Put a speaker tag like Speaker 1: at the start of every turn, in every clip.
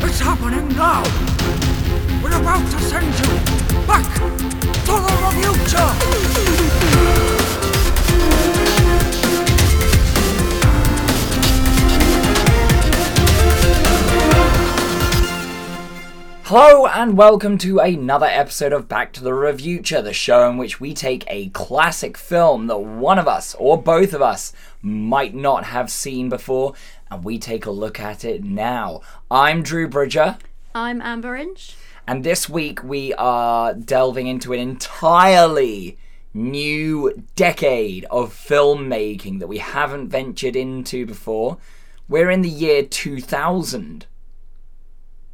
Speaker 1: What's happening now? We're about to send you back to the future!
Speaker 2: Hello and welcome to another episode of Back to the Reviewture, the show in which we take a classic film that one of us or both of us might not have seen before, and we take a look at it now. I'm Drew Bridger,
Speaker 3: I'm Amber Inch.
Speaker 2: and this week we are delving into an entirely new decade of filmmaking that we haven't ventured into before. We're in the year 2000.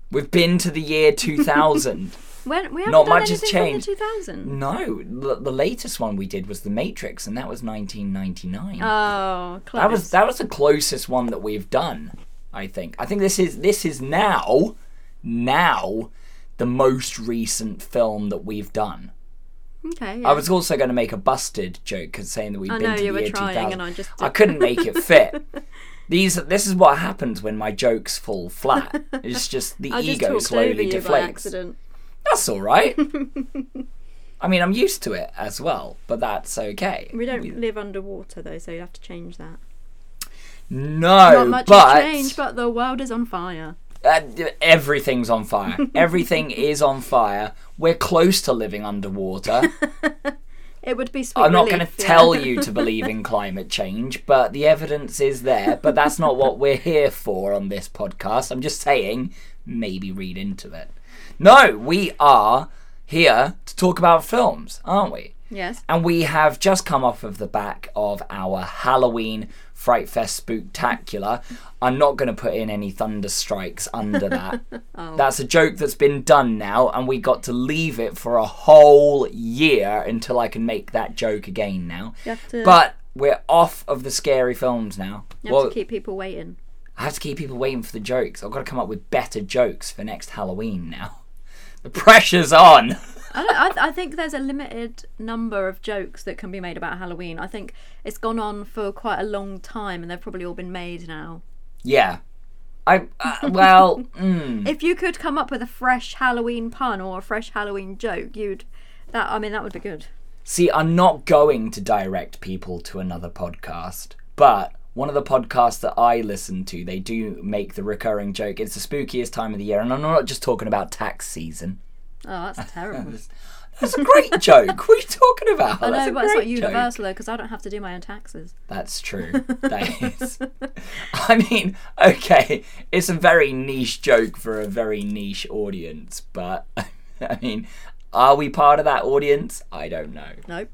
Speaker 2: We've been to the year 2000.
Speaker 3: When we haven't
Speaker 2: Not
Speaker 3: done
Speaker 2: much has
Speaker 3: anything
Speaker 2: changed.
Speaker 3: From the 2000.
Speaker 2: No, the, the latest one we did was The Matrix, and that was 1999.
Speaker 3: Oh, close.
Speaker 2: that was that was the closest one that we've done. I think. I think this is this is now now the most recent film that we've done.
Speaker 3: okay.
Speaker 2: I
Speaker 3: yeah.
Speaker 2: was also going to make a busted joke, 'cause saying that we've
Speaker 3: I
Speaker 2: been
Speaker 3: know,
Speaker 2: to the
Speaker 3: you were
Speaker 2: year
Speaker 3: trying
Speaker 2: 2000.
Speaker 3: and I just
Speaker 2: I
Speaker 3: did-
Speaker 2: couldn't make it fit. These this is what happens when my jokes fall flat. It's just the
Speaker 3: I just
Speaker 2: ego
Speaker 3: talked
Speaker 2: slowly
Speaker 3: over you
Speaker 2: deflates.
Speaker 3: by accident.
Speaker 2: That's all right. I mean, I'm used to it as well, but that's okay.
Speaker 3: We don't live underwater though, so you have to change that.
Speaker 2: No,
Speaker 3: Not much
Speaker 2: but,
Speaker 3: has changed, but the world is on fire.
Speaker 2: uh, d- everything's on fire. Everything is on fire. We're close to living underwater.
Speaker 3: It would be sweet.
Speaker 2: I'm not
Speaker 3: relief,
Speaker 2: going to
Speaker 3: yeah.
Speaker 2: tell you to believe in climate change, but the evidence is there. But that's not what we're here for on this podcast. I'm just saying, maybe read into it. No, we are here to talk about films, aren't we?
Speaker 3: Yes.
Speaker 2: And we have just come off of the back of our Halloween Fright Fest Spooktacular. I'm not going to put in any thunder strikes under that.
Speaker 3: Oh.
Speaker 2: That's a joke that's been done now, and we got to leave it for a whole year until I can make that joke again now.
Speaker 3: You have to-
Speaker 2: But we're off of the scary films now.
Speaker 3: You have
Speaker 2: well,
Speaker 3: to keep people waiting.
Speaker 2: I have to keep people waiting for the jokes. I've got to come up with better jokes for next Halloween now. The pressure's on.
Speaker 3: I, don't, I, th- I think there's a limited number of jokes that can be made about Halloween. I think it's gone on for quite a long time, and they've probably all been made now.
Speaker 2: Yeah. I, uh, well, mm,
Speaker 3: If you could come up with a fresh Halloween pun or a fresh Halloween joke, you'd that. I mean, that would be good.
Speaker 2: See, I'm not going to direct people to another podcast, but one of the podcasts that I listen to, they do make the recurring joke. It's the spookiest time of the year, and I'm not just talking about tax season.
Speaker 3: Oh, that's terrible.
Speaker 2: That's a great joke. What are you talking about?
Speaker 3: I
Speaker 2: That's
Speaker 3: know,
Speaker 2: a
Speaker 3: but it's not
Speaker 2: great joke.
Speaker 3: universal though, because I don't have to do my own taxes.
Speaker 2: That's true. That is. I mean, okay, it's a very niche joke for a very niche audience, but I mean, are we part of that audience? I don't know.
Speaker 3: Nope.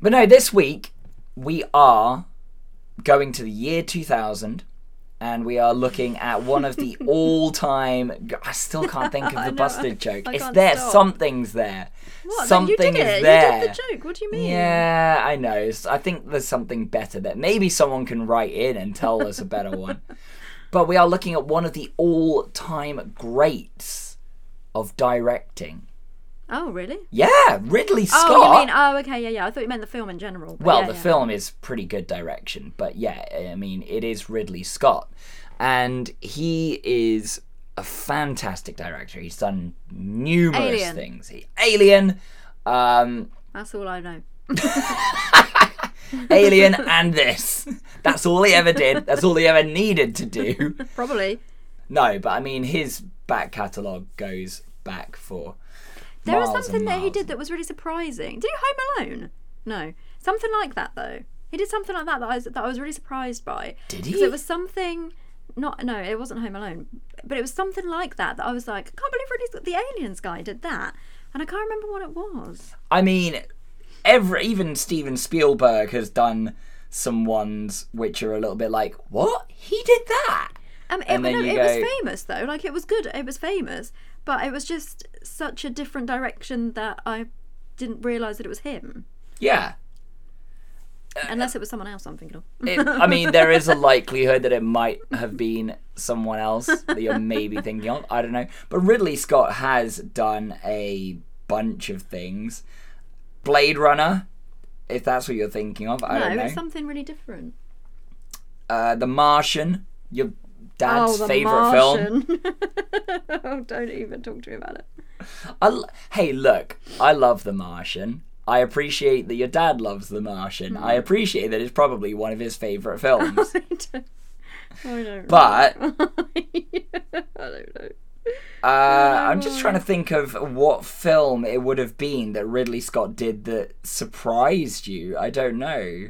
Speaker 2: But no, this week we are going to the year 2000 and we are looking at one of the all time. I still can't think of the
Speaker 3: I know,
Speaker 2: busted
Speaker 3: I-
Speaker 2: joke.
Speaker 3: I
Speaker 2: it's
Speaker 3: can't
Speaker 2: there.
Speaker 3: stop.
Speaker 2: Something's there.
Speaker 3: What? No,
Speaker 2: Something
Speaker 3: you did
Speaker 2: is
Speaker 3: it.
Speaker 2: there.
Speaker 3: You did the joke. What do you mean?
Speaker 2: Yeah, I know. S- I think there's something better there. Maybe someone can write in and tell us a better one. But we are looking at one of the all time greats of directing.
Speaker 3: Oh, really?
Speaker 2: Yeah, Ridley Scott.
Speaker 3: Oh, you mean? Oh, okay, yeah, yeah. I thought you meant the film in general. but
Speaker 2: Well,
Speaker 3: yeah,
Speaker 2: the
Speaker 3: yeah.
Speaker 2: film is pretty good direction, but yeah, I mean, it is Ridley Scott. And he is a fantastic director. He's done numerous
Speaker 3: Alien.
Speaker 2: things. He, Alien, um,
Speaker 3: That's all I know.
Speaker 2: Alien, and this. That's all he ever did. That's all he ever needed to do.
Speaker 3: Probably.
Speaker 2: No, but I mean, his back catalogue goes back for.
Speaker 3: There was
Speaker 2: miles and
Speaker 3: something that he
Speaker 2: miles.
Speaker 3: did that was really surprising. Did you Home Alone? No, something like that though. He did something like that that I was, that I was really surprised by.
Speaker 2: Did
Speaker 3: 'Cause
Speaker 2: he?
Speaker 3: It was something. Not no, it wasn't Home Alone, but it was something like that that I was like, I can't believe really the aliens guy did that, and I can't remember what it was.
Speaker 2: I mean, every even Steven Spielberg has done some ones which are a little bit like, what? He did that?
Speaker 3: Um, it,
Speaker 2: And then
Speaker 3: no,
Speaker 2: you
Speaker 3: it
Speaker 2: go-
Speaker 3: was famous though. Like it was good. It was famous, but it was just such a different direction that I didn't realize that it was him,
Speaker 2: Yeah.
Speaker 3: unless it was someone else. I'm thinking of.
Speaker 2: It, Uh, I mean, there is a likelihood that it might have been someone else that you're maybe thinking of. I don't know. But Ridley Scott has done a bunch of things. Blade Runner, if that's what you're thinking of, I
Speaker 3: No,
Speaker 2: don't know.
Speaker 3: it's something really different.
Speaker 2: uh, the Martian. You're dad's
Speaker 3: oh, the
Speaker 2: favorite film.
Speaker 3: Martian. oh, don't even talk to me about it.
Speaker 2: I l- hey, look, I love The Martian. I appreciate that your dad loves The Martian. I
Speaker 3: Hmm.
Speaker 2: appreciate that it's probably one of his favorite films.
Speaker 3: I don't. I don't.
Speaker 2: but
Speaker 3: I don't know.
Speaker 2: Uh, I'm just trying to think of what film it would have been that Ridley Scott did that surprised you. I don't know.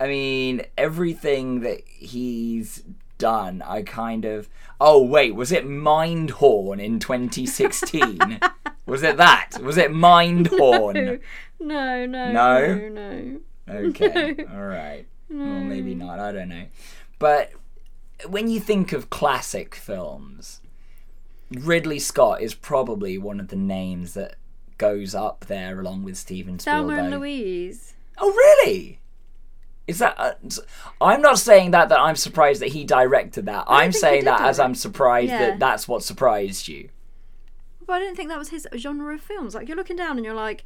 Speaker 2: I mean, everything that he's done, I kind of. Oh, wait, was it Mindhorn in 2016? was it that? Was it Mindhorn?
Speaker 3: No, no,
Speaker 2: No?
Speaker 3: no, no.
Speaker 2: Okay, all right. Well, maybe
Speaker 3: Hmm.
Speaker 2: not, I don't know. But when you think of classic films, Ridley Scott is probably one of the names that goes up there along with Steven
Speaker 3: Thelma
Speaker 2: Spielberg.
Speaker 3: and Louise.
Speaker 2: Oh, really? Is that? Uh, s- I'm not saying that that I'm surprised that he directed that. I'm
Speaker 3: think he
Speaker 2: saying
Speaker 3: did
Speaker 2: that as
Speaker 3: direct.
Speaker 2: I'm surprised
Speaker 3: Yeah.
Speaker 2: that that's what surprised you.
Speaker 3: But I didn't think that was his genre of films. Like you're looking down and you're like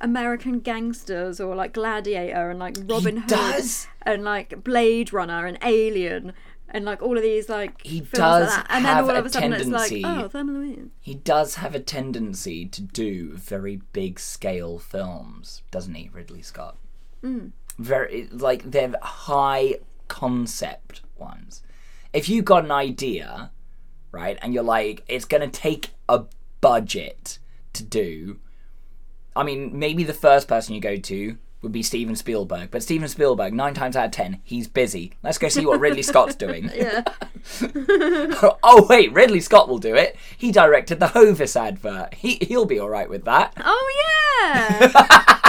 Speaker 3: American gangsters or like Gladiator and like Robin Hood
Speaker 2: does.
Speaker 3: and like Blade Runner and Alien and like all of these like
Speaker 2: He
Speaker 3: films
Speaker 2: does
Speaker 3: like that. And
Speaker 2: have
Speaker 3: then all
Speaker 2: a
Speaker 3: of a sudden
Speaker 2: tendency-
Speaker 3: it's like oh Thelma and Louise.
Speaker 2: He does have a tendency to do very big scale films, doesn't he, Ridley Scott? Very like they're high concept ones. If you got an idea, right, and you're like, it's gonna take a budget to do. I mean, maybe the first person you go to would be Steven Spielberg, but Steven Spielberg, nine times out of ten, he's busy. Let's go see what Ridley Scott's doing.
Speaker 3: Yeah.
Speaker 2: oh wait, Ridley Scott will do it. He directed the Hovis advert. He he'll be all right with that.
Speaker 3: oh yeah.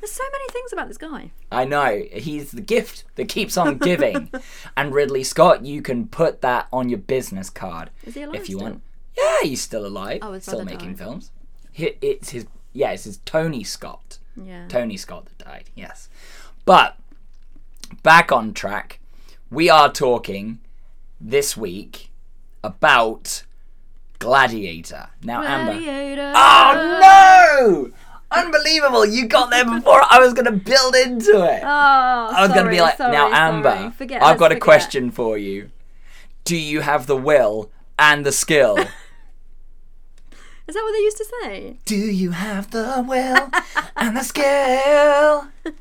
Speaker 3: There's so many things about this guy.
Speaker 2: I know he's the gift that keeps on giving. and Ridley Scott, you can put that on your business card
Speaker 3: Is he alive
Speaker 2: if you
Speaker 3: still?
Speaker 2: want. Yeah, he's still alive.
Speaker 3: Oh, his
Speaker 2: still
Speaker 3: brother
Speaker 2: making
Speaker 3: died.
Speaker 2: films. He, it's his yeah, it's his Tony Scott.
Speaker 3: Yeah.
Speaker 2: Tony Scott that died. Yes, but back on track. We are talking this week about Gladiator. Now, Amber. Ah,
Speaker 3: Gladiator.
Speaker 2: Oh no! Unbelievable! You got there before I was gonna build into it.
Speaker 3: Oh,
Speaker 2: I was gonna be
Speaker 3: sorry,
Speaker 2: like, now
Speaker 3: sorry,
Speaker 2: Amber,
Speaker 3: sorry. Forget-
Speaker 2: I've
Speaker 3: let's
Speaker 2: got a
Speaker 3: forget.
Speaker 2: question for you. Do you have the will and the skill?
Speaker 3: Is that what they used to say?
Speaker 2: Do you have the will and the skill?
Speaker 3: To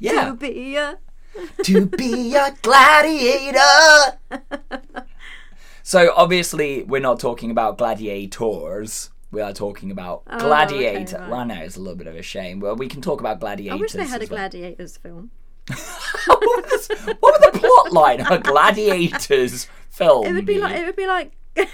Speaker 2: Yeah,
Speaker 3: be a
Speaker 2: to be a gladiator. So obviously, we're not talking about gladiators. We are talking about
Speaker 3: Oh, okay,
Speaker 2: gladiator.
Speaker 3: right.
Speaker 2: Well, I know it's a little bit of a shame. Well, we can talk about gladiators.
Speaker 3: I wish they had a
Speaker 2: as well.
Speaker 3: gladiators film.
Speaker 2: what was the plot line of a gladiators film?
Speaker 3: It would be like it would be like it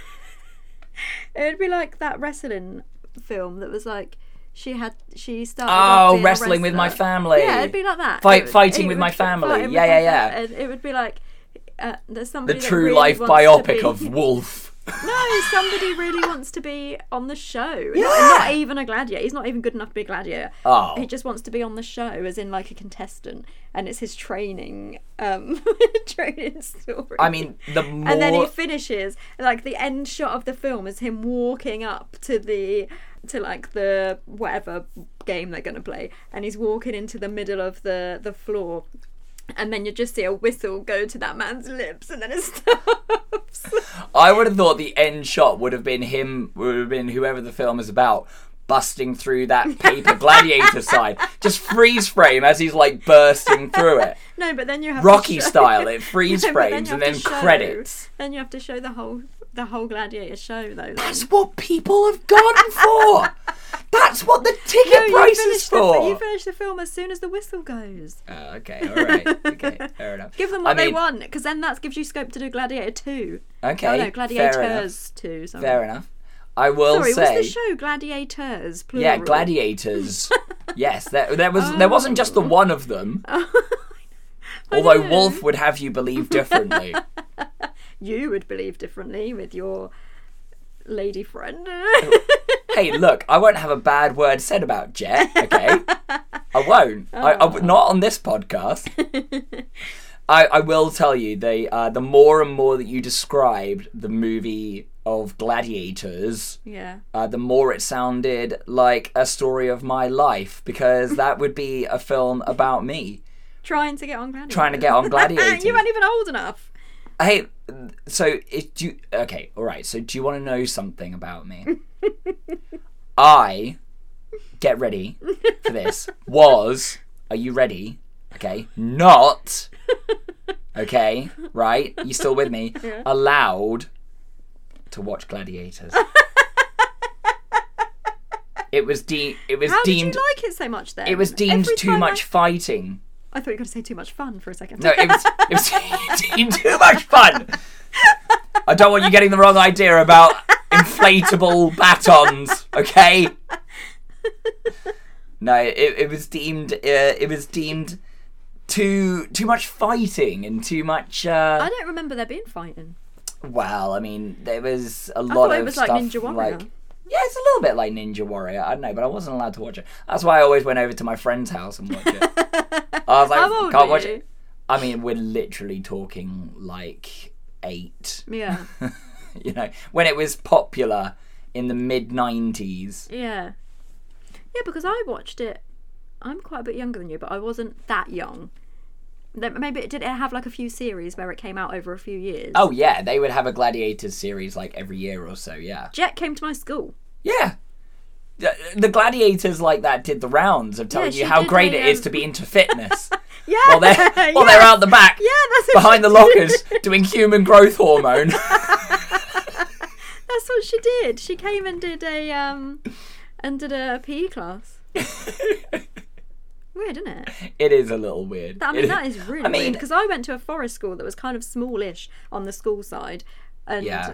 Speaker 3: would be like that wrestling film that was like she had she started. off
Speaker 2: oh,
Speaker 3: being a
Speaker 2: wrestling with my
Speaker 3: wrestler.
Speaker 2: family.
Speaker 3: Yeah, it'd be like that.
Speaker 2: Fight-
Speaker 3: It would-
Speaker 2: fighting
Speaker 3: it
Speaker 2: with
Speaker 3: would
Speaker 2: my
Speaker 3: be
Speaker 2: family.
Speaker 3: fighting with
Speaker 2: Yeah,
Speaker 3: my
Speaker 2: yeah, yeah.
Speaker 3: fam- and It would be like uh, there's
Speaker 2: the
Speaker 3: somebody that
Speaker 2: true
Speaker 3: really
Speaker 2: life
Speaker 3: wants to
Speaker 2: biopic
Speaker 3: be-
Speaker 2: of Wolf.
Speaker 3: No, somebody really wants to be on the show. Not-
Speaker 2: Yeah.
Speaker 3: Not, even a gladiator. He's not even good enough to be a gladiator.
Speaker 2: Oh.
Speaker 3: He just wants to be on the show, as in like a contestant, and it's his training, um, training story.
Speaker 2: I mean, the more
Speaker 3: and then he finishes like the end shot of the film is him walking up to the to like the whatever game they're gonna play, and he's walking into the middle of the the floor. And then you just see a whistle go to that man's lips, and then it stops.
Speaker 2: I would have thought the end shot would have been him, would have been whoever the film is about, busting through that paper gladiator sign, just freeze frame as he's like bursting through it,
Speaker 3: No, but then you have
Speaker 2: Rocky
Speaker 3: to show...
Speaker 2: style. It freeze
Speaker 3: No, but then
Speaker 2: frames
Speaker 3: you
Speaker 2: and
Speaker 3: have
Speaker 2: then
Speaker 3: to show-
Speaker 2: credits.
Speaker 3: Then you have to show the whole the whole gladiator show though. then.
Speaker 2: That's what people have gone for. That's what the
Speaker 3: No,
Speaker 2: ticket
Speaker 3: you
Speaker 2: price
Speaker 3: finish
Speaker 2: is
Speaker 3: the,
Speaker 2: for.
Speaker 3: You finish the film as soon as the whistle goes.
Speaker 2: Oh, okay, all right, okay, fair enough.
Speaker 3: Give them what
Speaker 2: I
Speaker 3: they
Speaker 2: mean,
Speaker 3: want, because then that gives you scope to do Gladiator Two.
Speaker 2: Okay, Eh?
Speaker 3: oh no,
Speaker 2: fair enough.
Speaker 3: Gladiators Two. Sorry,
Speaker 2: Fair enough. I will
Speaker 3: sorry
Speaker 2: say,
Speaker 3: what's the show? Gladiators. Plural.
Speaker 2: yeah, gladiators. yes, there, there was there wasn't just
Speaker 3: Oh.
Speaker 2: the one of them. Although
Speaker 3: know.
Speaker 2: Wolf would have you believe differently.
Speaker 3: You would believe differently with your lady friend.
Speaker 2: hey, look, I won't have a bad word said about Jet, okay? I won't. I,
Speaker 3: Oh.
Speaker 2: I w- not on this podcast. I, I will tell you the uh, the more and more that you described the movie of gladiators,
Speaker 3: yeah.
Speaker 2: uh, the more it sounded like a story of my life because that would be a film about me
Speaker 3: Trying to get on Gladiator.
Speaker 2: trying to get on gladiators.
Speaker 3: you weren't even old enough.
Speaker 2: Hey, so it, do you, okay, all right. So do you want to know something about me? I get ready for this. Was are you ready? Okay, not okay. Right, you still with me? Allowed to watch gladiators. it was de- It was
Speaker 3: How
Speaker 2: deemed.
Speaker 3: did you like it so much then?
Speaker 2: it was deemed
Speaker 3: Every
Speaker 2: too
Speaker 3: time
Speaker 2: much fighting.
Speaker 3: I, I thought you were going to say too much fun for a second.
Speaker 2: No, it was, it was too- too much fun. I don't want you getting the wrong idea about inflatable batons, okay? No, it, it was deemed uh, it was deemed too too much fighting and too much.
Speaker 3: I
Speaker 2: Uh,
Speaker 3: don't remember there being fighting.
Speaker 2: well, I mean, there was a
Speaker 3: I
Speaker 2: lot
Speaker 3: thought
Speaker 2: of
Speaker 3: it was
Speaker 2: stuff
Speaker 3: like Ninja Warrior.
Speaker 2: like yeah, it's a little bit like Ninja Warrior. I don't know, but I wasn't allowed to watch it. That's why I always went over to my friend's house and watched it. I was like,
Speaker 3: How old
Speaker 2: can't
Speaker 3: were
Speaker 2: watch
Speaker 3: you?
Speaker 2: it. I mean, we're literally talking like eight.
Speaker 3: Yeah,
Speaker 2: you know, when it was popular in the mid '90s.
Speaker 3: yeah, yeah. Because I watched it. I'm quite a bit younger than you, but I wasn't that young. Then Maybe it did. It have like a few series where it came out over a few years.
Speaker 2: Oh yeah, they would have a Gladiators series like every year or so. Yeah,
Speaker 3: Jet came to my school.
Speaker 2: yeah. The the gladiators like that did the rounds of telling
Speaker 3: she
Speaker 2: you how
Speaker 3: did
Speaker 2: great
Speaker 3: a,
Speaker 2: it is
Speaker 3: um,
Speaker 2: to be into fitness.
Speaker 3: Yeah.
Speaker 2: while they're while they're out the back
Speaker 3: Yeah, that's what
Speaker 2: behind
Speaker 3: she
Speaker 2: the lockers doing human growth hormone.
Speaker 3: That's what she did. She came and did a um and did a PE class. Weird, isn't it?
Speaker 2: it is a little weird.
Speaker 3: That, I
Speaker 2: It
Speaker 3: mean, that is really
Speaker 2: I mean,
Speaker 3: because I went to a forest school that was kind of smallish on the school side, and
Speaker 2: Yeah.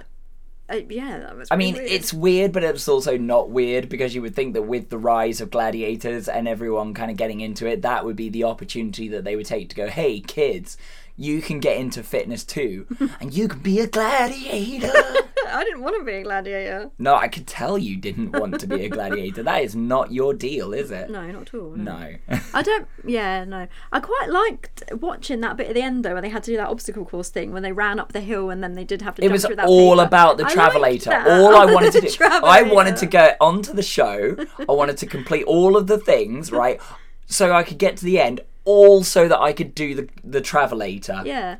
Speaker 3: uh, yeah, that was.
Speaker 2: I
Speaker 3: really
Speaker 2: mean,
Speaker 3: weird.
Speaker 2: it's weird, but it's also not weird because you would think that with the rise of gladiators and everyone kind of getting into it, that would be the opportunity that they would take to go, hey, kids, you can get into fitness too, and you can be a gladiator.
Speaker 3: I didn't want to be a gladiator.
Speaker 2: no, I could tell you didn't want to be a gladiator. That is not your deal, is it?
Speaker 3: No, not at all.
Speaker 2: No.
Speaker 3: I don't. Yeah, no. I quite liked watching that bit at the end though, when they had to do that obstacle course thing, when they ran up the hill and then they did have to.
Speaker 2: It
Speaker 3: jump
Speaker 2: was
Speaker 3: through that
Speaker 2: all
Speaker 3: paper.
Speaker 2: about the
Speaker 3: I liked
Speaker 2: travelator.
Speaker 3: that.
Speaker 2: All I wanted to
Speaker 3: The
Speaker 2: do, I wanted
Speaker 3: travelator.
Speaker 2: to go onto the show. I wanted to complete all of the things, right? So I could get to the end, all so that I could do the the travelator.
Speaker 3: Yeah.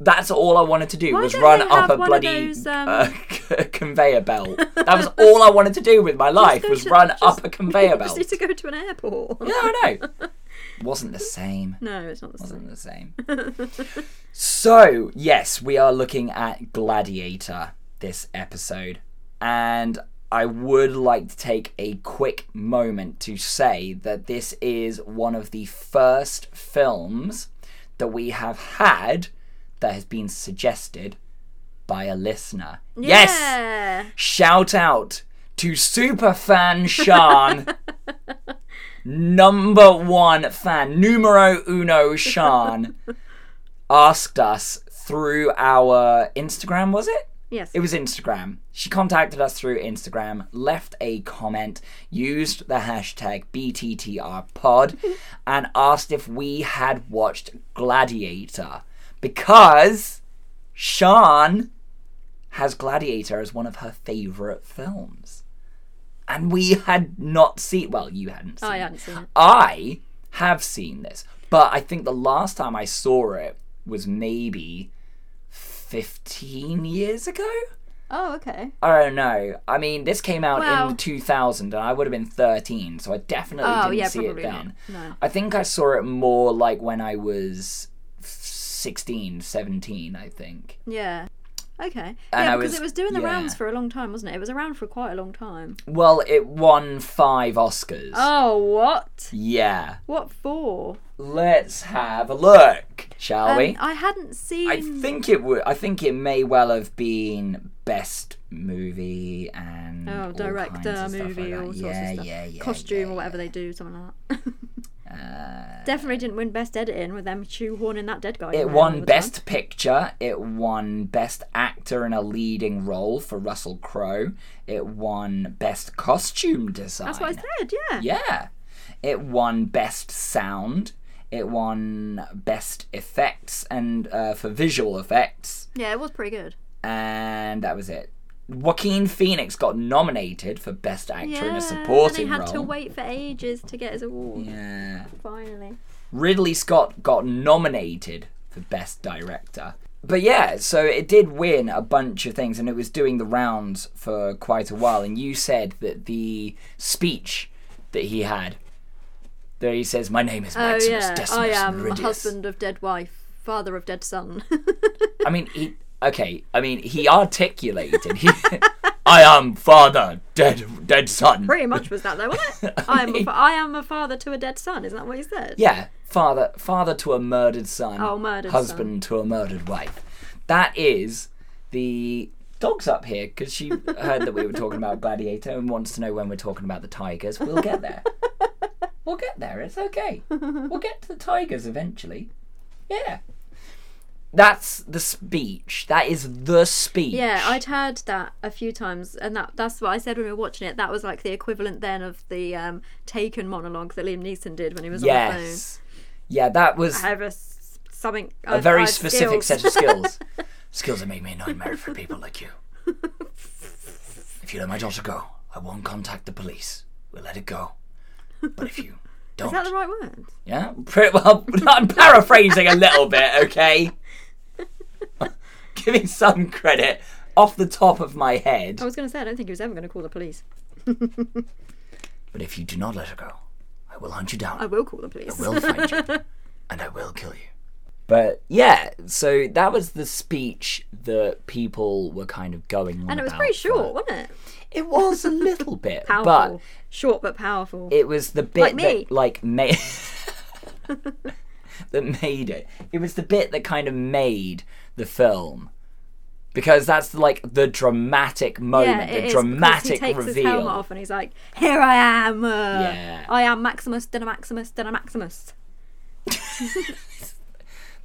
Speaker 2: That's all I wanted to do
Speaker 3: Why
Speaker 2: was
Speaker 3: don't
Speaker 2: run
Speaker 3: they
Speaker 2: up
Speaker 3: have
Speaker 2: a
Speaker 3: one of
Speaker 2: bloody
Speaker 3: those, um,
Speaker 2: uh, conveyor belt. That was all I wanted to do with my life
Speaker 3: go
Speaker 2: was
Speaker 3: to-
Speaker 2: run
Speaker 3: just-
Speaker 2: up a conveyor
Speaker 3: Just
Speaker 2: belt.
Speaker 3: need to go to an airport.
Speaker 2: Yeah, I know. Wasn't the same.
Speaker 3: No, it's not the same.
Speaker 2: Wasn't the same. so, yes, we are looking at Gladiator this episode. And I would like to take a quick moment to say that this is one of the first films that we have had that has been suggested by a listener. Yes!
Speaker 3: Yeah.
Speaker 2: shout out to superfan Sean, number one fan, numero uno Sean, asked us through our Instagram, was it?
Speaker 3: Yes.
Speaker 2: It was Instagram. She contacted us through Instagram, left a comment, used the hashtag BTTRpod, and asked if we had watched Gladiator. Because Sean has Gladiator as one of her favourite films. And we had not seen, well, you hadn't seen
Speaker 3: Oh, I
Speaker 2: it.
Speaker 3: hadn't seen it.
Speaker 2: I have seen this, but I think the last time I saw it was maybe 15 years ago?
Speaker 3: Oh, okay.
Speaker 2: I don't know. I mean, this came out
Speaker 3: Well-
Speaker 2: in 2000 and I would have been 13, so I definitely
Speaker 3: Oh,
Speaker 2: didn't
Speaker 3: yeah,
Speaker 2: see it
Speaker 3: probably not.
Speaker 2: then.
Speaker 3: No.
Speaker 2: I think I saw it more like when I was 16, 17, I think.
Speaker 3: Yeah. Okay.
Speaker 2: And I
Speaker 3: yeah, because
Speaker 2: was-
Speaker 3: it was doing the
Speaker 2: yeah. rounds
Speaker 3: rounds for a long time, wasn't it? It was around for quite a long time.
Speaker 2: Well, it won five Oscars.
Speaker 3: Oh, what?
Speaker 2: Yeah.
Speaker 3: What for?
Speaker 2: Let's have a look, shall
Speaker 3: Um,
Speaker 2: we?
Speaker 3: I hadn't seen.
Speaker 2: I think it would. I think it may well have been best movie and
Speaker 3: Oh,
Speaker 2: all kinds
Speaker 3: director,
Speaker 2: of stuff like
Speaker 3: movie,
Speaker 2: that.
Speaker 3: all sorts
Speaker 2: yeah,
Speaker 3: of stuff.
Speaker 2: Yeah, yeah,
Speaker 3: Costume
Speaker 2: yeah.
Speaker 3: or whatever they do, something like that.
Speaker 2: Uh,
Speaker 3: Definitely didn't win best editing with them shoehorning that dead guy. in
Speaker 2: it
Speaker 3: there all
Speaker 2: won
Speaker 3: the
Speaker 2: best
Speaker 3: time.
Speaker 2: picture. It won best actor in a leading role for Russell Crowe. It won best costume design.
Speaker 3: That's what I said. Yeah.
Speaker 2: Yeah. It won Best Sound. It won Best Effects and uh, for visual effects.
Speaker 3: Yeah, it was pretty good.
Speaker 2: And that was it. Joaquin Phoenix got nominated for Best Actor
Speaker 3: Yeah.
Speaker 2: in a
Speaker 3: and he
Speaker 2: Supporting
Speaker 3: had
Speaker 2: Role.
Speaker 3: to wait for ages to get his award.
Speaker 2: Yeah.
Speaker 3: Finally.
Speaker 2: Ridley Scott got nominated for Best Director. but yeah, so it did win a bunch of things, and it was doing the rounds for quite a while. And you said that the speech that he had, there he says, "My name is
Speaker 3: Oh
Speaker 2: Maximus
Speaker 3: yeah,
Speaker 2: Decimus
Speaker 3: I am
Speaker 2: Meridius."
Speaker 3: husband of dead wife, father of dead son.
Speaker 2: I mean, he okay. I mean, he articulated. He, I am father, dead, dead son.
Speaker 3: Pretty much was that though, wasn't it? I am a fa- I am a father to a dead son. Isn't that what he said?
Speaker 2: Yeah, father, father to a murdered son.
Speaker 3: Oh, murdered
Speaker 2: husband to a murdered wife. That is the dog's up here because she heard that we were talking about Gladiator and wants to know when we're talking about the tigers. We'll get there. we'll get there. It's okay. We'll get to the tigers eventually. Yeah. That's the speech. That is the speech.
Speaker 3: Yeah, I'd heard that a few times, and that that's what I said when we were watching it. That was like the equivalent then of the um, Taken monologue that Liam Neeson did when he was on the phone.
Speaker 2: Yes. Yeah, that was
Speaker 3: I have a s- something
Speaker 2: a very specific set of skills. skills that make me a nightmare for people like you. If you let my daughter go, I won't contact the police. We'll let it go. But if you don't,
Speaker 3: Is that the right word?
Speaker 2: yeah, pretty well. I'm paraphrasing a little bit, okay? Give me some credit off the top of my head.
Speaker 3: I was going to say I don't think he was ever going to call the police.
Speaker 2: But if you do not let her go, I will hunt you down.
Speaker 3: I will call the police.
Speaker 2: will find you and I will kill you. But yeah, so that was the speech that people were kind of going on.
Speaker 3: and it was
Speaker 2: about
Speaker 3: pretty
Speaker 2: for-
Speaker 3: short, wasn't it?
Speaker 2: It was a little bit,
Speaker 3: Powerful, short but powerful.
Speaker 2: but it was the bit
Speaker 3: Like me.
Speaker 2: that like made that made it. It was the bit that kind of made the film. Because that's like the dramatic moment,
Speaker 3: it
Speaker 2: the
Speaker 3: is, because
Speaker 2: dramatic
Speaker 3: he takes
Speaker 2: reveal.
Speaker 3: his helmet off and he's like, "Here I am. Uh,
Speaker 2: Yeah.
Speaker 3: I am Maximus, then Maximus, then Maximus."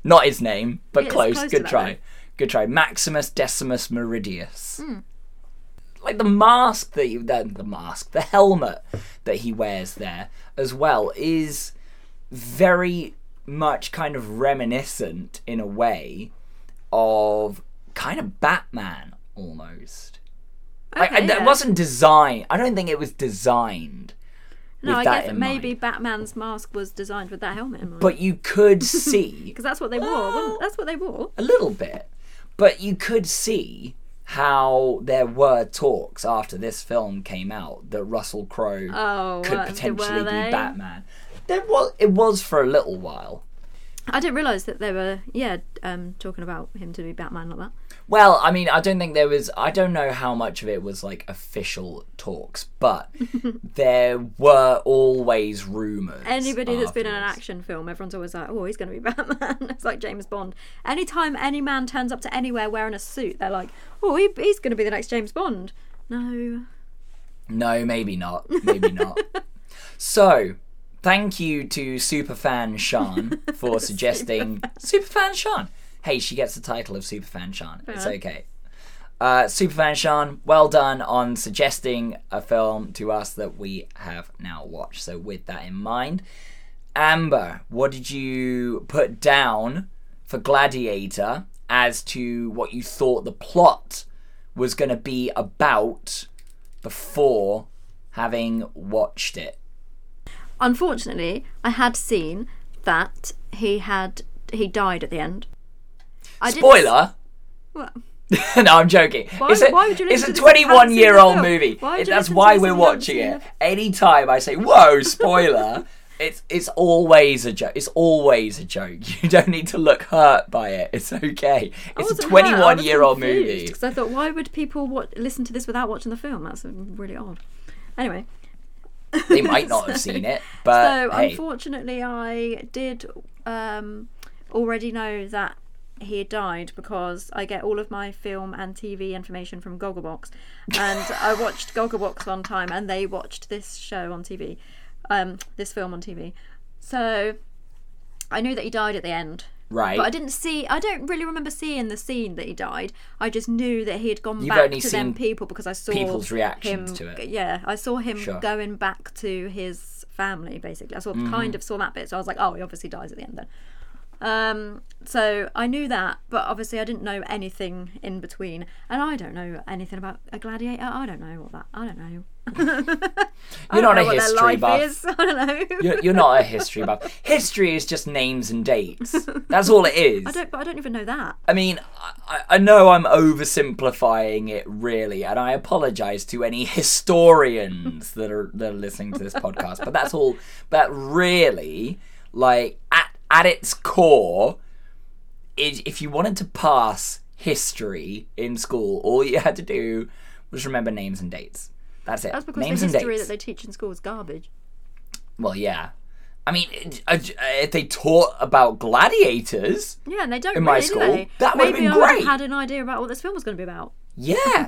Speaker 2: Not his name, but
Speaker 3: It's
Speaker 2: close.
Speaker 3: close to
Speaker 2: Good
Speaker 3: that,
Speaker 2: try.
Speaker 3: though.
Speaker 2: Good try. Maximus Decimus Meridius.
Speaker 3: Hmm.
Speaker 2: Like the mask that you, the, the mask, the helmet that he wears there as well is very much kind of reminiscent in a way of kind of Batman almost. Like,
Speaker 3: Okay,
Speaker 2: and
Speaker 3: Oh, yeah.
Speaker 2: It wasn't designed. I don't think it was designed.
Speaker 3: No,
Speaker 2: with
Speaker 3: I
Speaker 2: that
Speaker 3: guess
Speaker 2: in
Speaker 3: maybe
Speaker 2: mind.
Speaker 3: Batman's mask was designed with that helmet in mind.
Speaker 2: But Ah. you could see
Speaker 3: because that's what they wore.
Speaker 2: Well-
Speaker 3: wasn't that's what they wore.
Speaker 2: a little bit, but you could see how there were talks after this film came out that Russell Crowe
Speaker 3: Oh,
Speaker 2: could
Speaker 3: were-
Speaker 2: potentially
Speaker 3: were
Speaker 2: be
Speaker 3: they?
Speaker 2: Batman. There was it was for a little while.
Speaker 3: I didn't realise that they were, yeah, um, talking about him to be Batman like that.
Speaker 2: Well, I mean, I don't think there was. I don't know how much of it was like official talks, but there were always rumors.
Speaker 3: Anybody that's been in an
Speaker 2: afterwards.
Speaker 3: action film, everyone's always like, oh, he's going to be Batman. it's like James Bond. Anytime any man turns up to anywhere wearing a suit, they're like, oh, he, he's going to be the next James Bond. No.
Speaker 2: No, maybe not. Maybe not. So, thank you to Superfan Shan for suggesting Superfan Shan. Hey, she gets the title of Superfan Shan. It's
Speaker 3: enough.
Speaker 2: okay. Uh, Superfan Shan, well done on suggesting a film to us that we have now watched. So, with that in mind, Amber, what did you put down for Gladiator as to what you thought the plot was going to be about before having watched it?
Speaker 3: Unfortunately, I had seen that he had he died at the end. I didn't s-
Speaker 2: Spoiler.
Speaker 3: Well,
Speaker 2: no, I'm joking.
Speaker 3: Why-
Speaker 2: it's a,
Speaker 3: why would you
Speaker 2: it's
Speaker 3: listen
Speaker 2: a
Speaker 3: to this if you haven't
Speaker 2: 21 year old
Speaker 3: seen the film?
Speaker 2: movie.
Speaker 3: Why would
Speaker 2: It-
Speaker 3: you
Speaker 2: that's
Speaker 3: listen to
Speaker 2: why
Speaker 3: this
Speaker 2: we're
Speaker 3: if you haven't
Speaker 2: watching
Speaker 3: seen
Speaker 2: it.
Speaker 3: the-
Speaker 2: Anytime I say "whoa, spoiler," it's it's always a joke. It's always a joke. You don't need to look hurt by it. It's okay. It's a 21 year old movie.
Speaker 3: Because I thought, why would people wa- listen to this without watching the film? That's uh, really odd. Anyway,
Speaker 2: They might not have seen it, but
Speaker 3: so
Speaker 2: hey,
Speaker 3: unfortunately, I did um, already know that he had died because I get all of my film and TV information from Gogglebox, and I watched Gogglebox one time, and they watched this show on TV, um, this film on TV. So I knew that he died at the end.
Speaker 2: right?
Speaker 3: But I didn't see. I don't really remember seeing the scene that he died. I just knew that he had gone
Speaker 2: You've
Speaker 3: back
Speaker 2: only
Speaker 3: to
Speaker 2: seen
Speaker 3: them people because I saw
Speaker 2: people's reactions
Speaker 3: him,
Speaker 2: to it.
Speaker 3: Yeah, I saw him
Speaker 2: Sure. Mm-hmm.
Speaker 3: going back to his family. Basically, I saw kind of saw that bit. So I was like, oh, he obviously dies at the end then. Um, so I knew that, but obviously I didn't know anything in between. And I don't know anything about a gladiator. I don't know what that. I don't know.
Speaker 2: You're
Speaker 3: I
Speaker 2: not
Speaker 3: don't know
Speaker 2: a
Speaker 3: what their
Speaker 2: history
Speaker 3: life
Speaker 2: buff.
Speaker 3: is. I don't know.
Speaker 2: You're, you're not a history buff. History is just names and dates. That's all it is.
Speaker 3: I don't. But I don't even know that.
Speaker 2: I mean, I- I, I know I'm oversimplifying it really, and I apologise to any historians that are that are listening to this podcast. But that's all. But really, like at at its core, i if you wanted to pass history in school, all you had to do was remember names and dates. That's it.
Speaker 3: That's because
Speaker 2: names
Speaker 3: the
Speaker 2: and
Speaker 3: history
Speaker 2: dates.
Speaker 3: that they teach in school is garbage.
Speaker 2: Well, yeah. I mean, it- I- if they taught about gladiators,
Speaker 3: Yeah, and they don't
Speaker 2: In my
Speaker 3: really, do
Speaker 2: school,
Speaker 3: they?
Speaker 2: that would've
Speaker 3: Maybe
Speaker 2: been
Speaker 3: I would've
Speaker 2: great.
Speaker 3: had an idea about what this film was going to be about.
Speaker 2: yeah.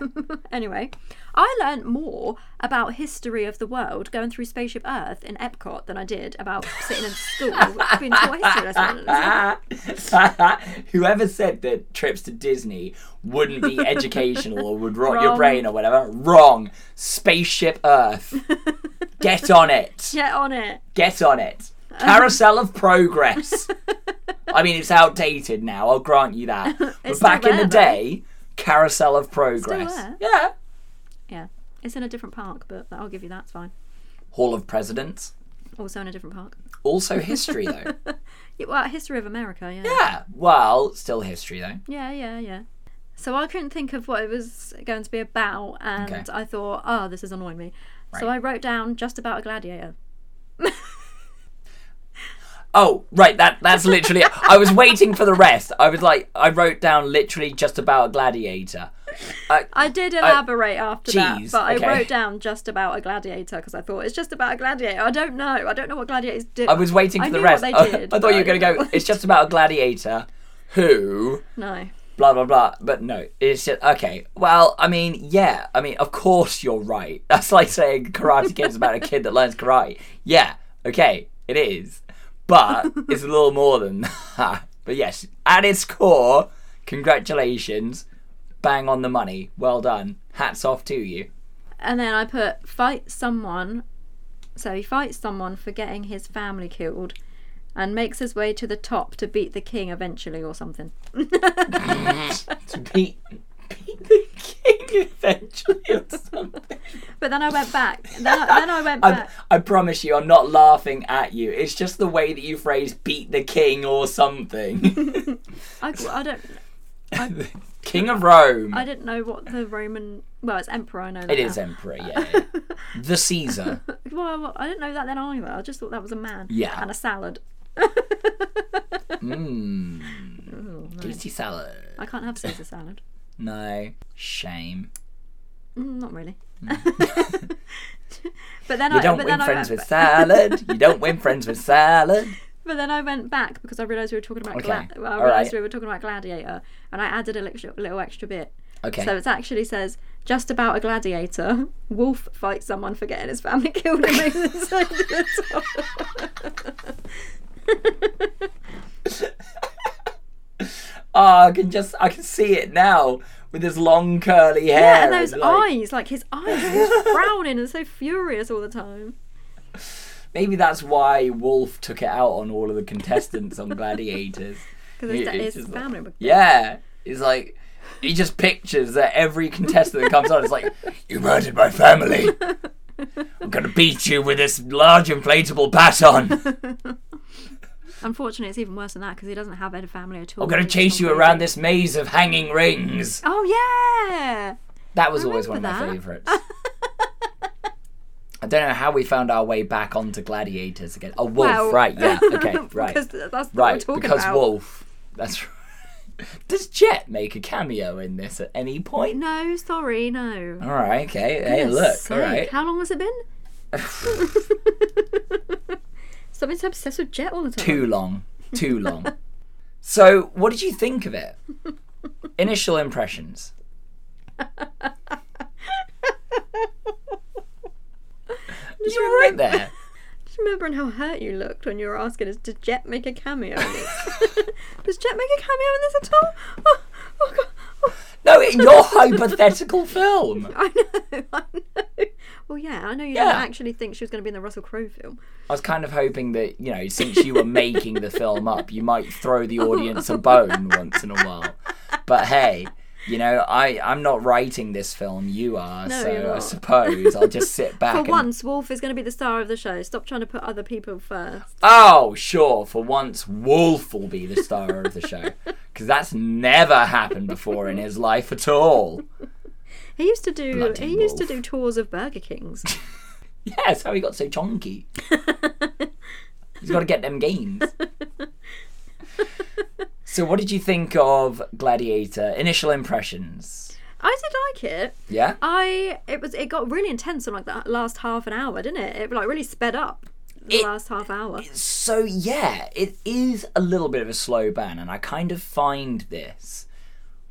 Speaker 3: Anyway, I learned more about history of the world going through Spaceship Earth in Epcot than I did about sitting in school being taught history lessons.
Speaker 2: Whoever said that trips to Disney wouldn't be educational or would rot your
Speaker 3: Wrong.
Speaker 2: brain or whatever, wrong. Spaceship Earth. Get on it.
Speaker 3: Get on it.
Speaker 2: Get on it. Carousel of Progress. I mean, it's outdated now, I'll grant you that. But
Speaker 3: It's
Speaker 2: back
Speaker 3: still
Speaker 2: in the
Speaker 3: there, though.
Speaker 2: day, Carousel of Progress.
Speaker 3: there.
Speaker 2: Yeah.
Speaker 3: Yeah, it's in a different park, but I'll give you that. It's fine.
Speaker 2: Hall of Presidents.
Speaker 3: Also in a different park.
Speaker 2: Also history, though.
Speaker 3: Yeah, well, history of America. Yeah.
Speaker 2: Yeah, well, still history though.
Speaker 3: Yeah, yeah, yeah. So I couldn't think of what it was going to be about, and
Speaker 2: Okay.
Speaker 3: I thought, oh, this is annoying me. So I wrote down just about a gladiator.
Speaker 2: Oh, right, that that's literally it. I was waiting for the rest. I was like I wrote down literally just about a gladiator.
Speaker 3: I did elaborate after
Speaker 2: jeez,
Speaker 3: that, but
Speaker 2: okay.
Speaker 3: I wrote down just about a gladiator because I thought it's just about a gladiator. I don't know. I don't know what gladiators do.
Speaker 2: I was waiting
Speaker 3: I
Speaker 2: for the
Speaker 3: knew
Speaker 2: rest.
Speaker 3: what they
Speaker 2: I-
Speaker 3: did,
Speaker 2: I, thought
Speaker 3: but
Speaker 2: you were going to
Speaker 3: I
Speaker 2: go
Speaker 3: didn't-
Speaker 2: it's just about a gladiator who
Speaker 3: No.
Speaker 2: blah blah blah, but no. It's just okay. Well, I mean, yeah. I mean, of course you're right. That's like saying Karate Kid's about a kid that learns karate. Yeah. Okay, it is. But it's a little more than that. But yes, at its core, congratulations. Bang on the money. Well done. Hats off to you.
Speaker 3: And then I put fight someone. So he fights someone for getting his family killed, and makes his way to the top to beat the king eventually, or something.
Speaker 2: To beat, beat the king eventually or something.
Speaker 3: But then I went back. Then I, then I went
Speaker 2: I,
Speaker 3: back.
Speaker 2: I promise you, I'm not laughing at you. It's just the way that you phrase "beat the king" or something.
Speaker 3: I, I don't.
Speaker 2: king of Rome.
Speaker 3: I didn't know what the Roman. Well, it's emperor. I know. That
Speaker 2: It is
Speaker 3: now.
Speaker 2: emperor, yeah. yeah. the Caesar.
Speaker 3: Well, I didn't know that then either. I just thought that was a man.
Speaker 2: Yeah.
Speaker 3: And a salad.
Speaker 2: Mmm.
Speaker 3: Oh,
Speaker 2: Guilty salad.
Speaker 3: I can't have Caesar salad.
Speaker 2: No. Shame.
Speaker 3: Mm, Not really. but then
Speaker 2: You
Speaker 3: I
Speaker 2: don't
Speaker 3: but
Speaker 2: win
Speaker 3: then I
Speaker 2: friends
Speaker 3: went
Speaker 2: with
Speaker 3: ba-
Speaker 2: salad. You don't win friends with salad.
Speaker 3: But then I went back because I realised we were talking about
Speaker 2: Okay.
Speaker 3: gla- well, I
Speaker 2: All
Speaker 3: realised
Speaker 2: right.
Speaker 3: we were talking about gladiator, and I added a little, little extra bit.
Speaker 2: Okay.
Speaker 3: So it actually says just about a gladiator. Wolf fights someone for getting his family killed and makes his way to the top.
Speaker 2: oh, I can just, I can see it now with his long curly hair.
Speaker 3: Yeah, and those
Speaker 2: like-
Speaker 3: eyes, like his eyes, he's frowning and so furious all the time.
Speaker 2: Maybe that's why Wolf took it out on all of the contestants on Gladiators.
Speaker 3: Because his,
Speaker 2: Yeah, it's
Speaker 3: his
Speaker 2: just like-
Speaker 3: family were
Speaker 2: Yeah. He's like, he just pictures that every contestant that comes on is like, You murdered my family. I'm going to beat you with this large inflatable baton.
Speaker 3: Unfortunately, it's even worse than that because he doesn't have any family at all.
Speaker 2: I'm going to
Speaker 3: He's
Speaker 2: chase
Speaker 3: gone
Speaker 2: you
Speaker 3: crazy.
Speaker 2: around this maze of hanging rings.
Speaker 3: Oh yeah,
Speaker 2: That was always one of
Speaker 3: remember
Speaker 2: my
Speaker 3: that.
Speaker 2: favourites. I don't know how we found our way back onto Gladiators again. Oh, Wolf,
Speaker 3: Well-
Speaker 2: right, yeah, okay, right.
Speaker 3: because that's what we're
Speaker 2: right,
Speaker 3: talking
Speaker 2: because
Speaker 3: about.
Speaker 2: Wolf. That's right. Does Jet make a cameo in this at any point?
Speaker 3: No, sorry, no.
Speaker 2: All right, okay. Hey,
Speaker 3: Goodness
Speaker 2: look,
Speaker 3: sake,
Speaker 2: all right.
Speaker 3: How long has it been? Stop being so obsessed with Jet all the time.
Speaker 2: Too long. Too long. so, what did you think of it? Initial impressions. you were right there.
Speaker 3: Just remembering how hurt you looked when you were asking us, did Jet make a cameo? in this?" Does Jet make a cameo in this at all? Oh, oh God. Oh,
Speaker 2: No, in your hypothetical film.
Speaker 3: I know, I know. Well, yeah, Yeah, I know you
Speaker 2: Yeah.
Speaker 3: didn't actually think she was going to be in the Russell Crowe film.
Speaker 2: I was kind of hoping that, you know, since you were making the film up, you might throw the audience a bone once in a while. But hey, you know, I, I'm not writing this film, you are,
Speaker 3: No,
Speaker 2: so
Speaker 3: you're
Speaker 2: I
Speaker 3: not.
Speaker 2: suppose I'll just sit back
Speaker 3: For
Speaker 2: and
Speaker 3: once, Wolf is going to be the star of the show. Stop trying to put other people first.
Speaker 2: Oh, sure. For once, Wolf will be the star of the show. Because that's never happened before in his life at all.
Speaker 3: He used to do.
Speaker 2: Bloody
Speaker 3: he used to
Speaker 2: Wolf.
Speaker 3: do tours of Burger Kings.
Speaker 2: Yeah, that's how he got so chonky. He's got to get them gains. So, what did you think of Gladiator? Initial impressions?
Speaker 3: I did like it.
Speaker 2: Yeah?
Speaker 3: I it was it got really intense in like the last half an hour, didn't it? It like really sped up the
Speaker 2: It-
Speaker 3: last half hour.
Speaker 2: So, yeah, it is a little bit of a slow burn, and I kind of find this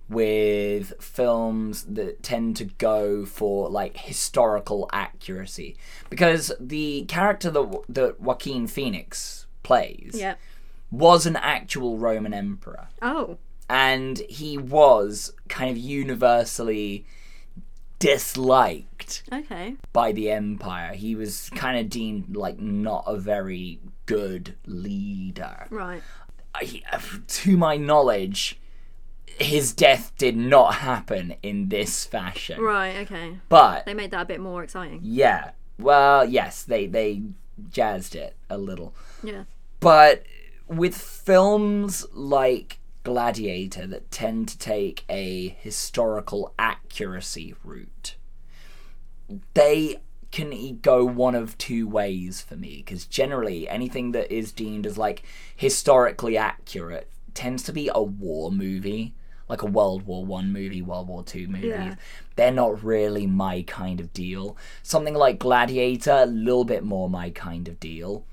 Speaker 2: with films that tend to go for like historical accuracy because the character that that Joaquin Phoenix plays
Speaker 3: Yeah.
Speaker 2: was an actual Roman emperor
Speaker 3: Oh.
Speaker 2: and he was kind of universally disliked
Speaker 3: Okay.
Speaker 2: by the empire he was kind of deemed like not a very good leader
Speaker 3: Right.
Speaker 2: I, to my knowledge, his death did not happen in this fashion.
Speaker 3: Right. Okay.
Speaker 2: But
Speaker 3: They made that a bit more exciting.
Speaker 2: yeah, well, yes, they they jazzed it a little.
Speaker 3: Yeah.
Speaker 2: But with films like Gladiator that tend to take a historical accuracy route, they can e- go one of two ways for me because generally anything that is deemed as like historically accurate tends to be a war movie like a world war one movie world war two movie
Speaker 3: Yeah.
Speaker 2: they're not really my kind of deal something like gladiator a little bit more my kind of deal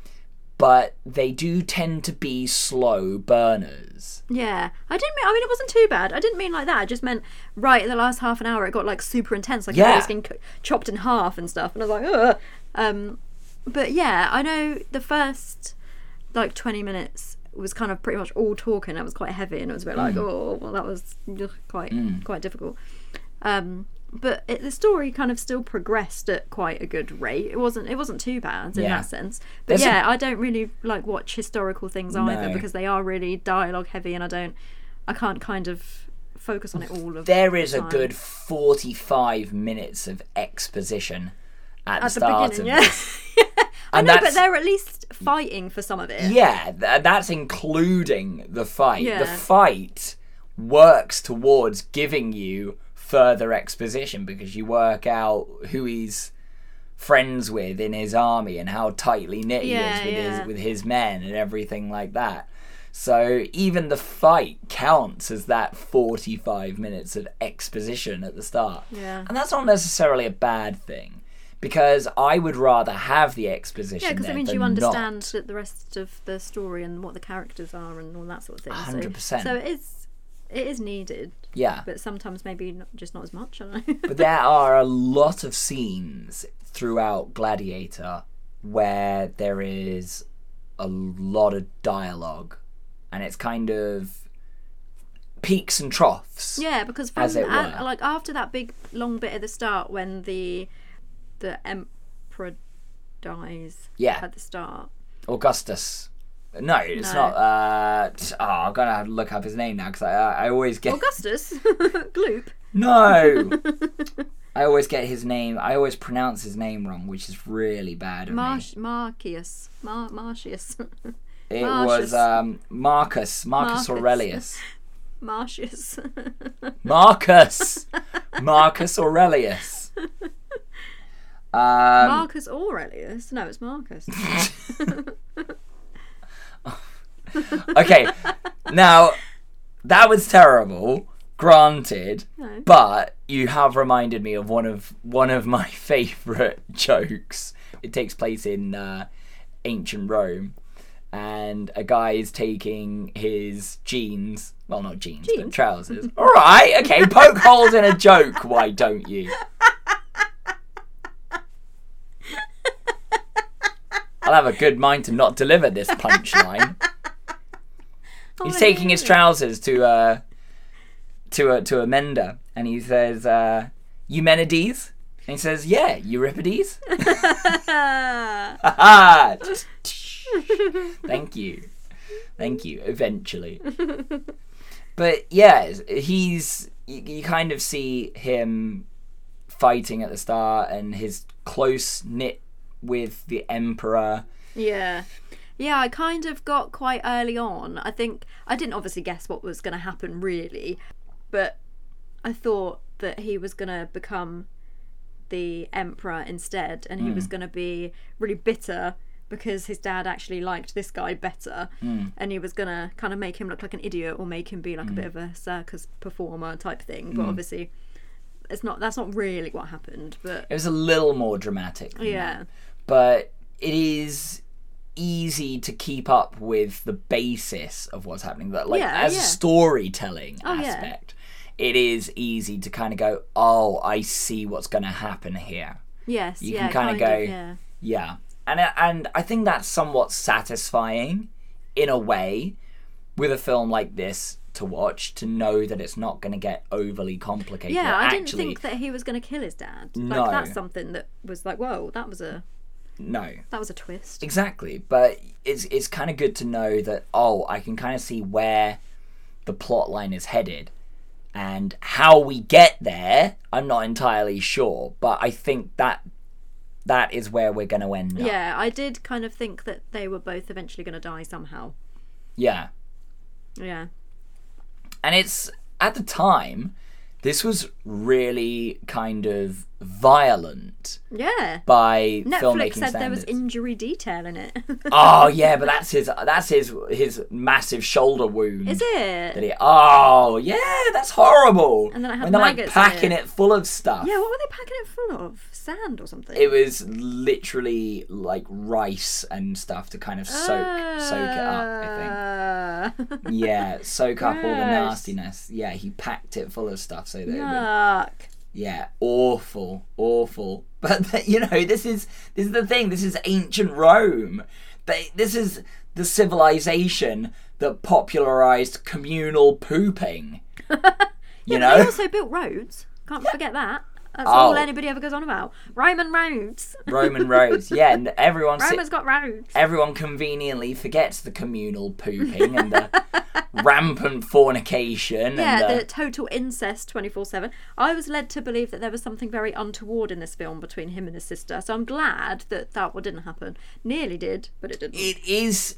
Speaker 2: but they do tend to be slow burners
Speaker 3: Yeah. I didn't mean. I mean, it wasn't too bad. I didn't mean like that. I just meant right in the last half an hour, it got like super intense. Like
Speaker 2: Yeah.
Speaker 3: it was getting co- chopped in half and stuff. And I was like, Ugh. um. But yeah, I know the first like twenty minutes was kind of pretty much all talking. That was quite heavy, and it was a bit
Speaker 2: Mm.
Speaker 3: like, oh, well, that was ugh, quite quite difficult. Um. But it, the story kind of still progressed at quite a good rate. It wasn't it wasn't too bad in
Speaker 2: Yeah.
Speaker 3: that sense. But
Speaker 2: There's a-
Speaker 3: yeah, I don't really like watch historical things either
Speaker 2: No.
Speaker 3: because they are really dialogue heavy and I don't I can't kind of focus on it all of
Speaker 2: there is a
Speaker 3: time.
Speaker 2: good 45 minutes of exposition at, the
Speaker 3: at the
Speaker 2: start
Speaker 3: beginning,
Speaker 2: of
Speaker 3: yeah.
Speaker 2: and
Speaker 3: no,
Speaker 2: that's
Speaker 3: but they're at least fighting for some of it.
Speaker 2: Yeah, th- that's including the fight. The
Speaker 3: Yeah.
Speaker 2: fight works towards giving you further exposition because you work out who he's friends with in his army and how tightly knit
Speaker 3: Yeah,
Speaker 2: he is with
Speaker 3: yeah.
Speaker 2: his with his men and everything like that. So even the fight counts as that 45 minutes of exposition at the start.
Speaker 3: Yeah.
Speaker 2: And that's not necessarily a bad thing because I would rather have the exposition
Speaker 3: Yeah, because
Speaker 2: there
Speaker 3: it means
Speaker 2: than
Speaker 3: you
Speaker 2: not.
Speaker 3: understand that the rest of the story and what the characters are and all that sort of thing. So-
Speaker 2: 100%.
Speaker 3: So, it is it is needed,
Speaker 2: Yeah.
Speaker 3: but sometimes maybe not, just not as much. I don't know.
Speaker 2: But there are a lot of scenes throughout Gladiator where there is a lot of dialogue and it's kind of peaks and troughs.
Speaker 3: Yeah, because from
Speaker 2: As it
Speaker 3: a-
Speaker 2: were.
Speaker 3: like after that big long bit at the start when the the emperor dies
Speaker 2: Yeah.
Speaker 3: at the start.
Speaker 2: Augustus. No, it's
Speaker 3: No.
Speaker 2: not. Uh, t- oh, I'm gonna have to look up his name now because I, I I always get
Speaker 3: Augustus Gloop.
Speaker 2: no. I always get his name. I always pronounce his name wrong, which is really bad. Of
Speaker 3: Marsh Marcius. Mar- Marcius.
Speaker 2: me. It
Speaker 3: Marcius.
Speaker 2: was um, Marcus, Marcus
Speaker 3: Marcus.
Speaker 2: Aurelius.
Speaker 3: Marcius.
Speaker 2: Marcus! Marcus Aurelius. Um,
Speaker 3: Marcus Aurelius. No, it's Marcus.
Speaker 2: okay, now that was terrible, granted,
Speaker 3: No.
Speaker 2: but you have reminded me of one of one of my favourite jokes. It takes place in uh, ancient Rome, and a guy is taking his jeans, well, not jeans, but
Speaker 3: Jeans?
Speaker 2: trousers. All right, okay, poke holes in a joke, why don't you? I'll have a good mind to not deliver this punchline. He's
Speaker 3: Oh,
Speaker 2: taking his
Speaker 3: yeah.
Speaker 2: trousers to uh to a to a mender, and he says, uh, "Eumenides, uh, And he says, Yeah, Euripides.
Speaker 3: Ah.
Speaker 2: Ah, Thank you. Thank you. Eventually. but yeah, he's. You, you kind of see him fighting at the start and his close knit with the Emperor.
Speaker 3: Yeah. Yeah, I kind of got quite early on. I think I didn't obviously guess what was going to happen really, but I thought that he was going to become the emperor instead and he
Speaker 2: Hmm.
Speaker 3: was going to be really bitter because his dad actually liked this guy better
Speaker 2: Hmm.
Speaker 3: and he was going to kind of make him look like an idiot or make him be like a
Speaker 2: Hmm.
Speaker 3: bit of a circus performer type thing, but obviously it's not that's not really what happened, but
Speaker 2: It was a little more dramatic. than
Speaker 3: yeah.
Speaker 2: but it is easy to keep up with the basis of what's happening but like
Speaker 3: Yeah,
Speaker 2: as
Speaker 3: yeah. Oh,
Speaker 2: a storytelling
Speaker 3: yeah.
Speaker 2: aspect it is easy to kind of go oh i see what's going to happen here
Speaker 3: Yes,
Speaker 2: You
Speaker 3: yeah.
Speaker 2: can kinda
Speaker 3: kind
Speaker 2: go,
Speaker 3: of, yeah.
Speaker 2: yeah and I- and i think that's somewhat satisfying in a way with a film like this to watch to know that it's not going to get overly complicated
Speaker 3: Yeah, I didn't
Speaker 2: Actually,
Speaker 3: think that he was going to kill his dad. Like
Speaker 2: No.
Speaker 3: that's something that was like, whoa, that was a
Speaker 2: no
Speaker 3: that was a twist.
Speaker 2: Exactly, but it's it's kind of good to know that oh, I can kind of see where the plot line is headed and how we get there. I'm not entirely sure, but I think that that is where we're going to end up.
Speaker 3: Yeah, I did kind of think that they were both eventually going to die somehow.
Speaker 2: Yeah.
Speaker 3: Yeah.
Speaker 2: And it's at the time this was really kind of violent
Speaker 3: Yeah.
Speaker 2: by filmmaking
Speaker 3: Netflix said
Speaker 2: standards.
Speaker 3: there was injury detail in it.
Speaker 2: oh yeah, but that's his that's his his massive shoulder wound.
Speaker 3: Is
Speaker 2: that
Speaker 3: it?
Speaker 2: it- oh yeah, that's horrible.
Speaker 3: And then it had
Speaker 2: when they're like
Speaker 3: maggots in
Speaker 2: packing
Speaker 3: it.
Speaker 2: it. full of stuff.
Speaker 3: Yeah, what were they packing it full of? Sand or something?
Speaker 2: It was literally like rice and stuff to kind of soak soak it
Speaker 3: Ah.
Speaker 2: up.
Speaker 3: I
Speaker 2: I think. Yeah, soak up all the
Speaker 3: Gross.
Speaker 2: nastiness. Yeah, he packed it full of stuff so that it would
Speaker 3: Fuck.
Speaker 2: yeah, awful, awful. But you know, this is this is the thing. This is ancient Rome. They, this is the civilization that popularized communal pooping. you know,
Speaker 3: They also built roads. Can't forget that. That's all
Speaker 2: Oh.
Speaker 3: anybody ever goes on about. Roman roads.
Speaker 2: Roman roads. Yeah, and everyone si-
Speaker 3: Roma's got roads.
Speaker 2: everyone conveniently forgets the communal pooping and the rampant fornication. and
Speaker 3: Yeah,
Speaker 2: uh,
Speaker 3: the total incest 24 7. I was led to believe that there was something very untoward in this film between him and his sister, so I'm glad that that one didn't happen. Nearly did, but it didn't.
Speaker 2: It is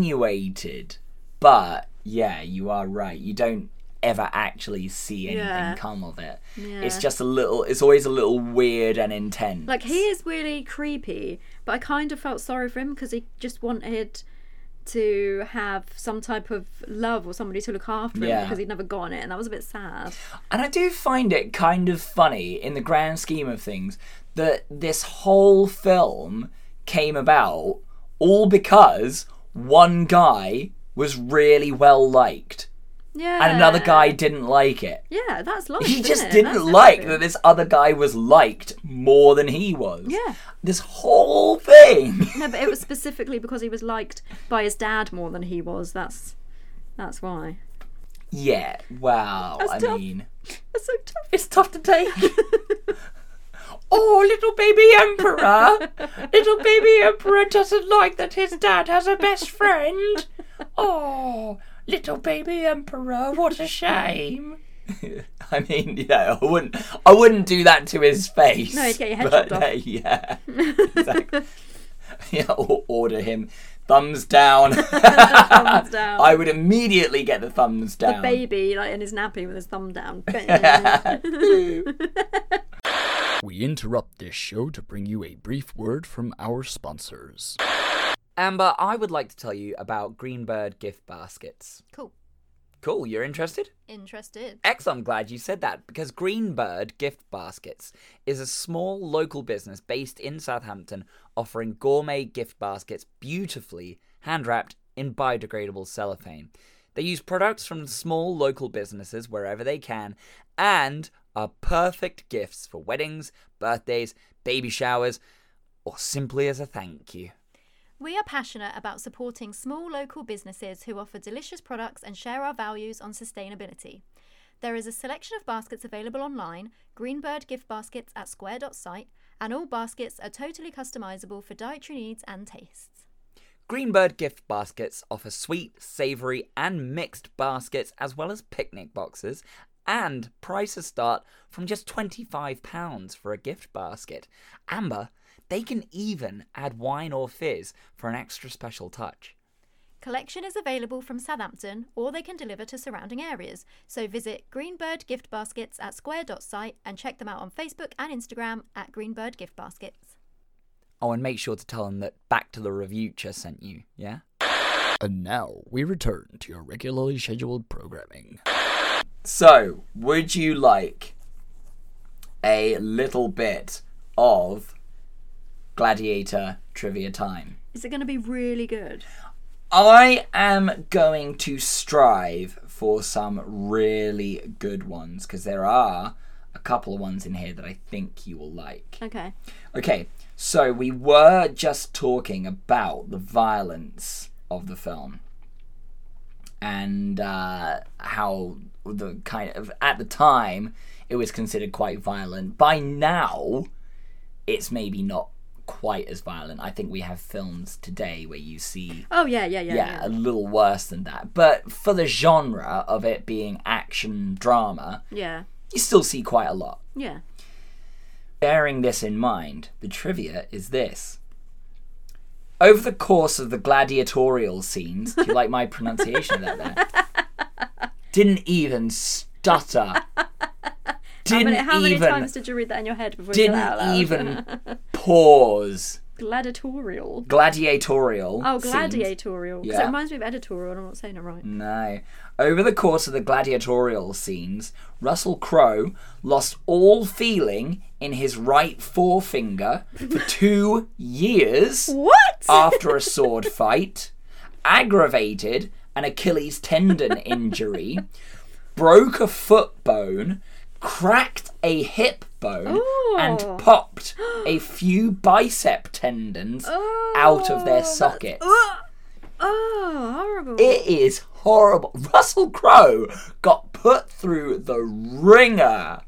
Speaker 2: insinuated, but yeah, you are right. You don't ever actually see anything
Speaker 3: Yeah.
Speaker 2: come of it.
Speaker 3: Yeah.
Speaker 2: It's just a little. It's always a little weird and intense.
Speaker 3: Like, he is really creepy, but I kind of felt sorry for him because he just wanted to have some type of love or somebody to look after him
Speaker 2: Yeah.
Speaker 3: because he'd never gotten it, and that was a bit sad.
Speaker 2: And I do find it kind of funny in the grand scheme of things that this whole film came about all because one guy was really well liked
Speaker 3: Yeah.
Speaker 2: and another guy didn't like it.
Speaker 3: Yeah, that's life.
Speaker 2: He
Speaker 3: isn't
Speaker 2: just
Speaker 3: it?
Speaker 2: didn't
Speaker 3: That's
Speaker 2: like
Speaker 3: everything.
Speaker 2: that this other guy was liked more than he was.
Speaker 3: Yeah.
Speaker 2: This whole thing.
Speaker 3: No, but it was specifically because he was liked by his dad more than he was. That's that's why.
Speaker 2: yeah, wow.
Speaker 3: That's
Speaker 2: I
Speaker 3: tough.
Speaker 2: mean,
Speaker 3: That's so tough.
Speaker 2: it's tough to take. Oh, little baby emperor! little baby emperor doesn't like that his dad has a best friend. Oh, little baby emperor, what a shame. I mean, yeah, I wouldn't, I wouldn't do that to his face.
Speaker 3: No, he'd get your head
Speaker 2: but,
Speaker 3: chopped off.
Speaker 2: uh, yeah, exactly. yeah, or order him thumbs down.
Speaker 3: thumbs down.
Speaker 2: I would immediately get the thumbs down.
Speaker 3: Baby, like in his nappy with his thumb down.
Speaker 4: We interrupt this show to bring you a brief word from our sponsors.
Speaker 2: Amber, I would like to tell you about Greenbird gift baskets.
Speaker 3: cool.
Speaker 2: Cool, you're interested?
Speaker 3: Interested.
Speaker 2: Excellent, I'm glad you said that because Greenbird Gift Baskets is a small local business based in Southampton offering gourmet gift baskets beautifully hand wrapped in biodegradable cellophane. They use products from small local businesses wherever they can and are perfect gifts for weddings, birthdays, baby showers, or simply as a thank you.
Speaker 5: We are passionate about supporting small local businesses who offer delicious products and share our values on sustainability. There is a selection of baskets available online, Greenbird gift baskets at square.site, and all baskets are totally customizable for dietary needs and tastes.
Speaker 2: Greenbird gift baskets offer sweet, savoury, and mixed baskets as well as picnic boxes, and prices start from just £25 for a gift basket. Amber, they can even add wine or fizz for an extra special touch.
Speaker 5: Collection is available from Southampton or they can deliver to surrounding areas, so visit Greenbird gift baskets at square.site and check them out on Facebook and Instagram at Greenbird gift baskets.
Speaker 2: Oh, and make sure to tell them that Back to the Revucher sent you, yeah?
Speaker 4: And now we return to your regularly scheduled programming.
Speaker 2: So, would you like a little bit of gladiator trivia time?
Speaker 3: Is it going to be really good?
Speaker 2: I am going to strive for some really good ones because there are a couple of ones in here that I think you will like.
Speaker 3: Okay.
Speaker 2: Okay, so we were just talking about the violence of the film and uh, how the kind of at the time it was considered quite violent. By now, it's maybe not quite as violent. I think we have films today where you see
Speaker 3: Oh yeah, yeah, yeah.
Speaker 2: yeah,
Speaker 3: Yeah.
Speaker 2: a little worse than that. But for the genre of it being action drama,
Speaker 3: Yeah.
Speaker 2: you still see quite a lot.
Speaker 3: Yeah.
Speaker 2: Bearing this in mind, the trivia is this. Over the course of the gladiatorial scenes, do you like my pronunciation of that there? Didn't even stutter.
Speaker 3: How
Speaker 2: Didn't
Speaker 3: many, how many
Speaker 2: even
Speaker 3: times did you read that in your head before you said it out
Speaker 2: didn't
Speaker 3: loud?
Speaker 2: even pause.
Speaker 3: gladiatorial.
Speaker 2: Gladiatorial.
Speaker 3: Oh,
Speaker 2: scenes.
Speaker 3: gladiatorial. 'Cause
Speaker 2: Yeah. Mm.
Speaker 3: it reminds me of editorial, and I'm not saying it right.
Speaker 2: No. Over the course of the gladiatorial scenes, Russell Crowe lost all feeling in his right forefinger for two years
Speaker 3: What?
Speaker 2: after a sword fight, aggravated an Achilles tendon injury, broke a foot bone, cracked a hip bone, and
Speaker 3: Ooh.
Speaker 2: popped a few bicep tendons out of their sockets.
Speaker 3: oh, horrible.
Speaker 2: It is horrible. Russell Crowe got put through the ringer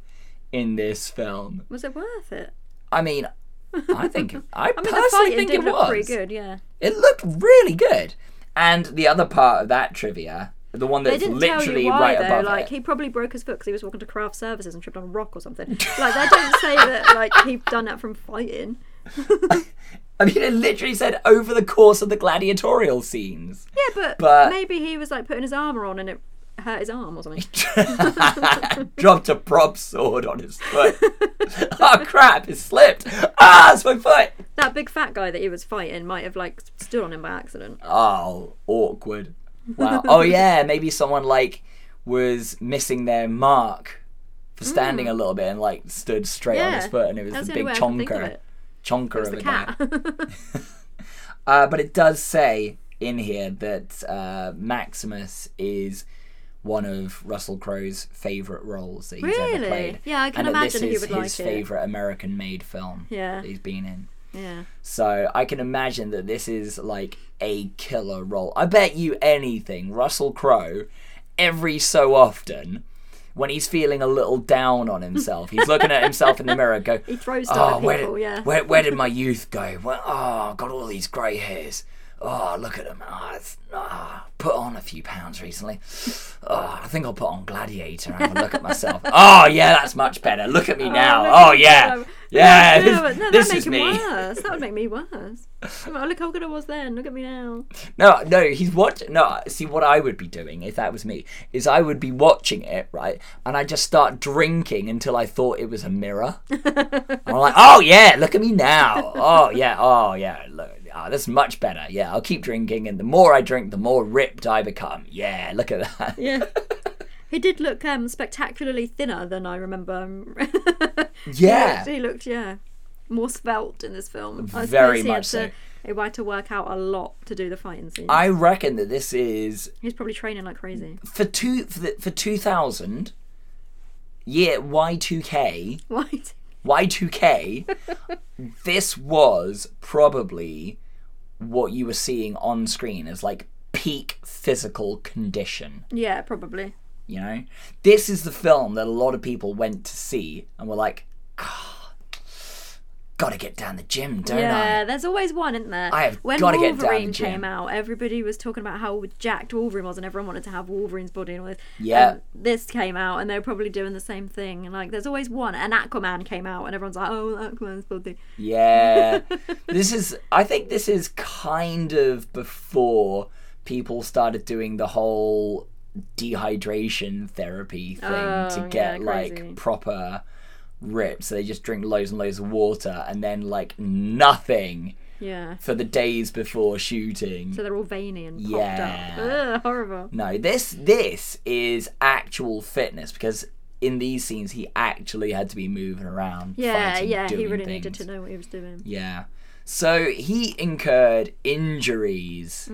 Speaker 2: in this film.
Speaker 3: was it worth it?
Speaker 2: I mean, I think I,
Speaker 3: I mean, the
Speaker 2: personally
Speaker 3: fighting
Speaker 2: think
Speaker 3: did
Speaker 2: it
Speaker 3: look
Speaker 2: was.
Speaker 3: pretty good. Yeah.
Speaker 2: It looked really good. And the other part of that trivia, the one
Speaker 3: They
Speaker 2: that's
Speaker 3: didn't tell
Speaker 2: literally
Speaker 3: you why
Speaker 2: right
Speaker 3: though.
Speaker 2: above
Speaker 3: like
Speaker 2: it.
Speaker 3: he probably broke his foot because he was walking to craft services and tripped on a rock or something. like they don't say that. Like he'd done that from fighting.
Speaker 2: I mean, it literally said over the course of the gladiatorial scenes.
Speaker 3: Yeah, but,
Speaker 2: But-
Speaker 3: maybe he was like putting his armor on and it hurt his arm or something.
Speaker 2: Dropped a prop sword on his foot. oh crap! It slipped. Ah, it's my foot.
Speaker 3: that big fat guy that he was fighting might have like stood on him by accident.
Speaker 2: Oh, awkward. Wow. oh yeah, maybe someone like was missing their mark for standing a little bit and like stood straight on his
Speaker 3: Hmm. Yeah,
Speaker 2: foot, and it was
Speaker 3: that's
Speaker 2: the
Speaker 3: the
Speaker 2: big
Speaker 3: only way I can think of
Speaker 2: chonker,
Speaker 3: it.
Speaker 2: chonker
Speaker 3: It was
Speaker 2: of
Speaker 3: the
Speaker 2: a guy.
Speaker 3: cat.
Speaker 2: Uh, but it does say in here that uh, Maximus is one of Russell Crowe's favourite roles that he's ever
Speaker 3: Really?
Speaker 2: played.
Speaker 3: Yeah, I can
Speaker 2: and that this
Speaker 3: imagine he
Speaker 2: is
Speaker 3: would like
Speaker 2: his
Speaker 3: it.
Speaker 2: favourite American-made film
Speaker 3: Yeah.
Speaker 2: that he's been in.
Speaker 3: yeah.
Speaker 2: So I can imagine that this is like a killer role. I bet you anything, Russell Crowe, every so often, when he's feeling a little down on himself, he's looking at himself in the mirror, and go, he
Speaker 3: throws stuff at
Speaker 2: where
Speaker 3: people,
Speaker 2: did,
Speaker 3: yeah."
Speaker 2: where, where did my youth go? Well, oh, I've got all these grey hairs. Oh, look at them. Oh, it's, oh, put on a few pounds recently. Oh, I think I'll put on Gladiator and have a look at myself. Oh, yeah, that's much better. Look at me
Speaker 3: Ah, look
Speaker 2: now. Oh,
Speaker 3: at
Speaker 2: yeah.
Speaker 3: myself.
Speaker 2: Yeah,
Speaker 3: No,
Speaker 2: this,
Speaker 3: but no,
Speaker 2: this
Speaker 3: that'd
Speaker 2: is
Speaker 3: make
Speaker 2: me.
Speaker 3: it worse. That would make me worse. Come on, look how good I was then. Look at me now.
Speaker 2: No, no, he's watching. No, see, what I would be doing if that was me is I would be watching it, right? And I just start drinking until I thought it was a mirror. and I'm like, oh, yeah, look at me now. Oh, yeah, oh, yeah, look. ah, that's much better. Yeah, I'll keep drinking, and the more I drink, the more ripped I become. Yeah, look at that.
Speaker 3: Yeah. He did look um, spectacularly thinner than I remember.
Speaker 2: Yeah.
Speaker 3: he looked, yeah, more svelte in this film. I
Speaker 2: Very
Speaker 3: suppose he had
Speaker 2: much so.
Speaker 3: To, he had to work out a lot to do the fighting scene.
Speaker 2: I reckon that this is
Speaker 3: He's probably training like crazy.
Speaker 2: for two for, the, for two thousand. Yeah, Y two K.
Speaker 3: Why?
Speaker 2: Y2K, this was probably what you were seeing on screen as like peak physical condition.
Speaker 3: Yeah, probably.
Speaker 2: You know, this is the film that a lot of people went to see and were like, "Ah, "Gotta get down the gym, don't
Speaker 3: yeah, there's always one, isn't there?
Speaker 2: I have
Speaker 3: when
Speaker 2: gotta get
Speaker 3: Wolverine
Speaker 2: down the gym.
Speaker 3: came out, everybody was talking about how jacked Wolverine was, and everyone wanted to have Wolverine's body and all this.
Speaker 2: Yeah.
Speaker 3: And this came out, and they're probably doing the same thing. And like, there's always one. And Aquaman came out, and everyone's like, "Oh, Aquaman's body."
Speaker 2: I?" Yeah, this is. I think this is kind of before people started doing the whole dehydration therapy thing
Speaker 3: Oh,
Speaker 2: to
Speaker 3: yeah,
Speaker 2: get
Speaker 3: crazy.
Speaker 2: like proper ripped. So they just drink loads and loads of water and then like nothing
Speaker 3: Yeah.
Speaker 2: for the days before shooting.
Speaker 3: So they're all veiny and popped
Speaker 2: Yeah.
Speaker 3: up. Ugh, horrible.
Speaker 2: No, this this is actual fitness because in these scenes he actually had to be moving around.
Speaker 3: Yeah,
Speaker 2: fighting,
Speaker 3: yeah. He
Speaker 2: doing
Speaker 3: really needed to
Speaker 2: things.
Speaker 3: know what he was doing.
Speaker 2: Yeah, so he incurred injuries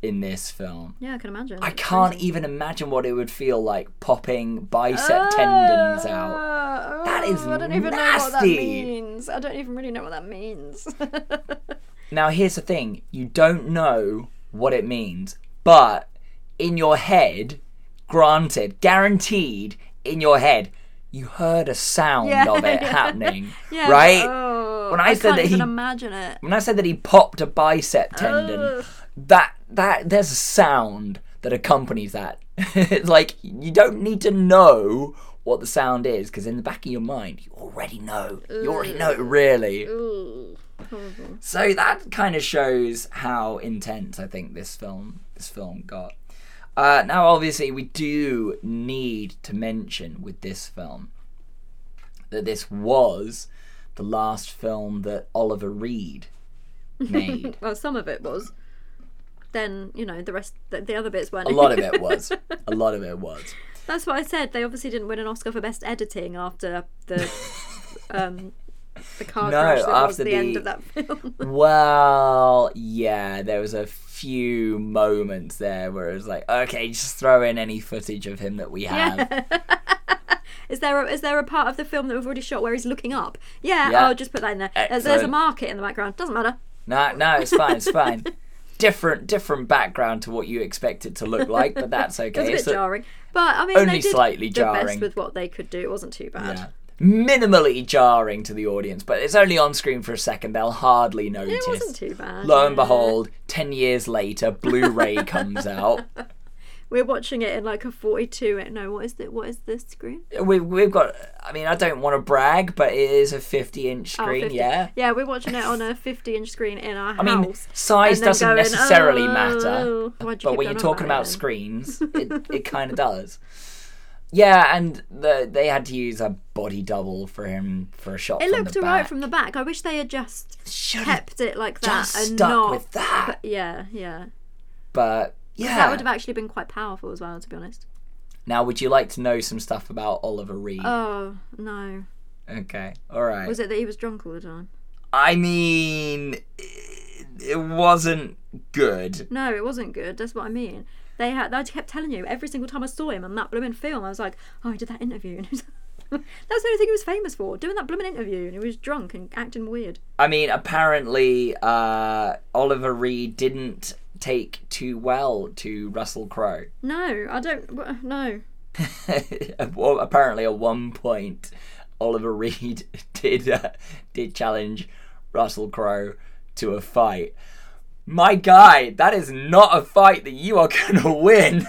Speaker 2: in this film.
Speaker 3: Hmm. Yeah, I can imagine.
Speaker 2: I can't even imagine what it would feel like popping bicep tendons out.
Speaker 3: Uh,
Speaker 2: That is
Speaker 3: I don't even know what that
Speaker 2: nasty.
Speaker 3: means. I don't even really know what that means.
Speaker 2: Now here's the thing: you don't know what it means, but in your head, granted, guaranteed, in your head. You heard a sound
Speaker 3: Yeah,
Speaker 2: of it
Speaker 3: yeah.
Speaker 2: happening,
Speaker 3: Yeah,
Speaker 2: right?
Speaker 3: oh,
Speaker 2: When I said
Speaker 3: can't
Speaker 2: that
Speaker 3: even
Speaker 2: he-
Speaker 3: imagine it.
Speaker 2: when I said that he popped a bicep tendon, that that there's a sound that accompanies that. It's like you don't need to know what the sound is because in the back of your mind you already know. You already know really.
Speaker 3: Mm.
Speaker 2: So that kind of shows how intense I think this film this film got. Uh, now, obviously, we do need to mention with this film that this was the last film that Oliver Reed made.
Speaker 3: Well, some of it was. Then you know the rest, the, the other bits weren't.
Speaker 2: A lot of it was. A lot of it was.
Speaker 3: That's what I said. They obviously didn't win an Oscar for best editing after the um the car
Speaker 2: No,
Speaker 3: crash that was
Speaker 2: after
Speaker 3: the, end
Speaker 2: the-
Speaker 3: of that film.
Speaker 2: Well, yeah, there was a few moments there where it was like, okay, just throw in any footage of him that we have.
Speaker 3: Is there a, is there a part of the film that we've already shot where he's looking up? Yeah,
Speaker 2: Yeah.
Speaker 3: I'll just put that in there. There's, there's a
Speaker 2: Excellent.
Speaker 3: market in the background. Doesn't matter.
Speaker 2: No, no, it's fine, it's fine. different, different background to what you expect it to look like, but that's okay.
Speaker 3: It was a bit
Speaker 2: It's a-
Speaker 3: jarring, but I mean
Speaker 2: only
Speaker 3: they did
Speaker 2: slightly
Speaker 3: the best
Speaker 2: jarring.
Speaker 3: with what they could do. It wasn't too bad.
Speaker 2: yeah. Minimally jarring to the audience, but it's only on screen for a second. They'll hardly notice.
Speaker 3: It wasn't too bad.
Speaker 2: Lo and
Speaker 3: yeah.
Speaker 2: behold, 10 years later, Blu ray comes out.
Speaker 3: we're watching it in like a 42. No, what is the, What is the screen?
Speaker 2: We've, we've got, I mean, I don't want to brag, but it is a 50 inch
Speaker 3: Oh,
Speaker 2: screen,
Speaker 3: 50.
Speaker 2: yeah?
Speaker 3: Yeah, we're watching it on a 50 inch screen in our
Speaker 2: I mean,
Speaker 3: house.
Speaker 2: size
Speaker 3: and then
Speaker 2: doesn't
Speaker 3: going,
Speaker 2: necessarily
Speaker 3: "Oh,
Speaker 2: matter,
Speaker 3: why'd you
Speaker 2: but
Speaker 3: keep
Speaker 2: when you're
Speaker 3: going on
Speaker 2: talking
Speaker 3: about it
Speaker 2: about
Speaker 3: then?"
Speaker 2: screens, it, it kind of does. Yeah, and the, they had to use a body double for him for a shot.
Speaker 3: It
Speaker 2: from
Speaker 3: looked
Speaker 2: the
Speaker 3: alright
Speaker 2: back.
Speaker 3: from the back. I wish they had just
Speaker 2: Should have
Speaker 3: kept it like that
Speaker 2: just
Speaker 3: and
Speaker 2: stuck
Speaker 3: not.
Speaker 2: with that,
Speaker 3: Yeah, yeah.
Speaker 2: but yeah.
Speaker 3: That would have actually been quite powerful as well, to be honest.
Speaker 2: Now, would you like to know some stuff about Oliver Reed?
Speaker 3: Oh no!
Speaker 2: okay, all right.
Speaker 3: Was it that he was drunk all the time?
Speaker 2: I mean, it, it wasn't good.
Speaker 3: No, it wasn't good. That's what I mean. They had. I kept telling you every single time I saw him on that blooming film. I was like, oh, he did that interview. And he was- that was the only thing he was famous for, doing that blooming interview, and he was drunk and acting weird.
Speaker 2: I mean, apparently, uh, Oliver Reed didn't take too well to Russell Crowe.
Speaker 3: No, I don't. wha- No.
Speaker 2: well, apparently at one point Oliver Reed did uh, did challenge Russell Crowe to a fight. My guy, that is not a fight that you are going to win.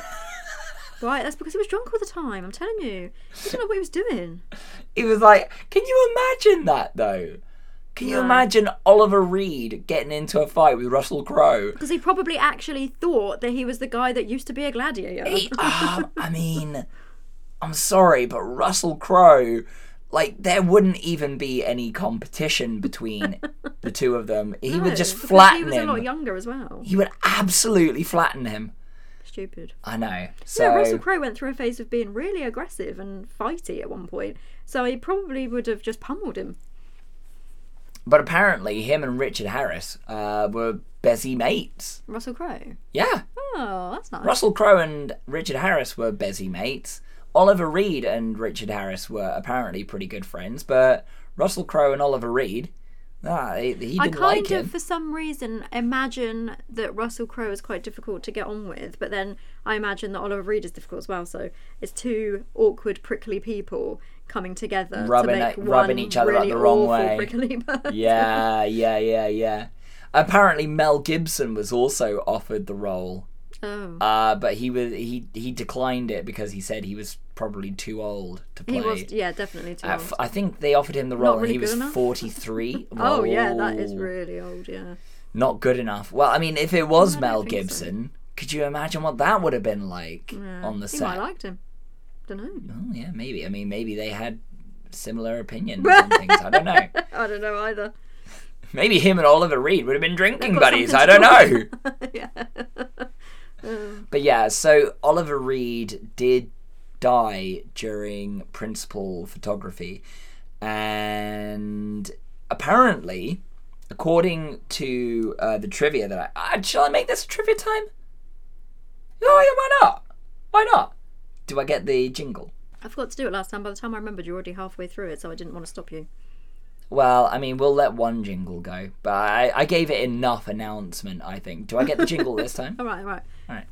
Speaker 3: Right, that's because he was drunk all the time. I'm telling you, he didn't know what he was doing.
Speaker 2: He was like, "Can you imagine that though? Can you
Speaker 3: No.
Speaker 2: imagine Oliver Reed getting into a fight with Russell Crowe?"
Speaker 3: Because he probably actually thought that he was the guy that used to be a gladiator.
Speaker 2: He- um, I mean, I'm sorry, but Russell Crowe, like, there wouldn't even be any competition between the two of them. He
Speaker 3: No,
Speaker 2: would just
Speaker 3: because
Speaker 2: flatten
Speaker 3: He was a
Speaker 2: him.
Speaker 3: lot younger as well.
Speaker 2: He would absolutely flatten him.
Speaker 3: Stupid.
Speaker 2: I know. So,
Speaker 3: Yeah, Russell Crowe went through a phase of being really aggressive and fighty at one point, so he probably would have just pummeled him.
Speaker 2: but apparently, him and Richard Harris uh, were busy mates.
Speaker 3: Russell Crowe.
Speaker 2: Yeah,
Speaker 3: Oh, that's nice.
Speaker 2: Russell Crowe and Richard Harris were busy mates. Oliver Reed and Richard Harris were apparently pretty good friends, but Russell Crowe and Oliver Reed Ah, he, he didn't
Speaker 3: I kind
Speaker 2: like
Speaker 3: of,
Speaker 2: him.
Speaker 3: for some reason, imagine that Russell Crowe is quite difficult to get on with, but then I imagine that Oliver Reed is difficult as well. So it's two awkward, prickly people coming together
Speaker 2: Rubbing
Speaker 3: to
Speaker 2: it-
Speaker 3: make one
Speaker 2: rubbing each other up
Speaker 3: really
Speaker 2: the wrong
Speaker 3: awful,
Speaker 2: way.
Speaker 3: Prickly person.
Speaker 2: yeah, yeah, yeah, yeah. Apparently, Mel Gibson was also offered the role,
Speaker 3: Oh.
Speaker 2: uh, but he was he he declined it because he said he was probably too old to play.
Speaker 3: He was, yeah, definitely too
Speaker 2: Uh,
Speaker 3: old.
Speaker 2: f- I think they offered him the role,
Speaker 3: really
Speaker 2: and he was
Speaker 3: good enough?
Speaker 2: forty three.
Speaker 3: Oh yeah, that is really old. Yeah,
Speaker 2: not good enough. Well, I mean, if it was
Speaker 3: I don't
Speaker 2: Mel
Speaker 3: think so.
Speaker 2: Gibson, could you imagine what that would have been like on the
Speaker 3: he
Speaker 2: set?
Speaker 3: might have liked him. Don't know.
Speaker 2: Oh yeah, maybe. I mean, maybe they had similar opinions on things. I don't know.
Speaker 3: I don't know either.
Speaker 2: Maybe him and Oliver Reed would have been drinking
Speaker 3: got
Speaker 2: buddies. I
Speaker 3: something
Speaker 2: don't
Speaker 3: to
Speaker 2: know.
Speaker 3: yeah.
Speaker 2: But yeah, so Oliver Reed did die during principal photography. And apparently, according to uh, the trivia that I. Uh, shall I make this trivia time? Oh, yeah, why not? Why not? Do I get the jingle?
Speaker 3: I forgot to do it last time. By the time I remembered, you're already halfway through it, so I didn't want to stop you.
Speaker 2: Well, I mean, we'll let one jingle go, but I, I gave it enough announcement, I think. Do I get the jingle this time?
Speaker 3: All right, all right.
Speaker 2: All right.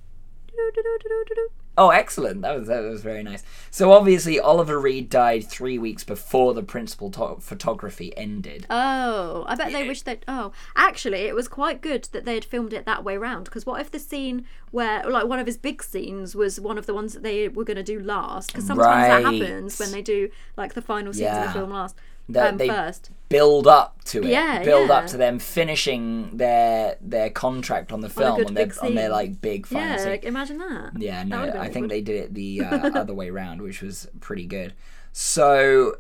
Speaker 3: Do-do-do-do-do-do.
Speaker 2: Oh, excellent! That was that was very nice. So obviously, Oliver Reed died three weeks before the principal to- photography ended.
Speaker 3: Oh, I bet they wish they'd. Oh, actually, it was quite good that they had filmed it that way round. Because what if the scene where, like, one of his big scenes was one of the ones that they were going to do last? Because sometimes that
Speaker 2: Right.
Speaker 3: happens when they do, like, the final scenes of
Speaker 2: Yeah.
Speaker 3: the film last.
Speaker 2: That
Speaker 3: um,
Speaker 2: they
Speaker 3: first.
Speaker 2: Build up to it.
Speaker 3: Yeah,
Speaker 2: build up
Speaker 3: yeah.
Speaker 2: to them finishing their their contract on the film
Speaker 3: good
Speaker 2: on, their
Speaker 3: big
Speaker 2: on their
Speaker 3: scene.
Speaker 2: like big final
Speaker 3: Yeah,
Speaker 2: scene.
Speaker 3: like, imagine that.
Speaker 2: Yeah, no,
Speaker 3: would've been
Speaker 2: I think
Speaker 3: awkward.
Speaker 2: they did it the uh, other way round, which was pretty good. So,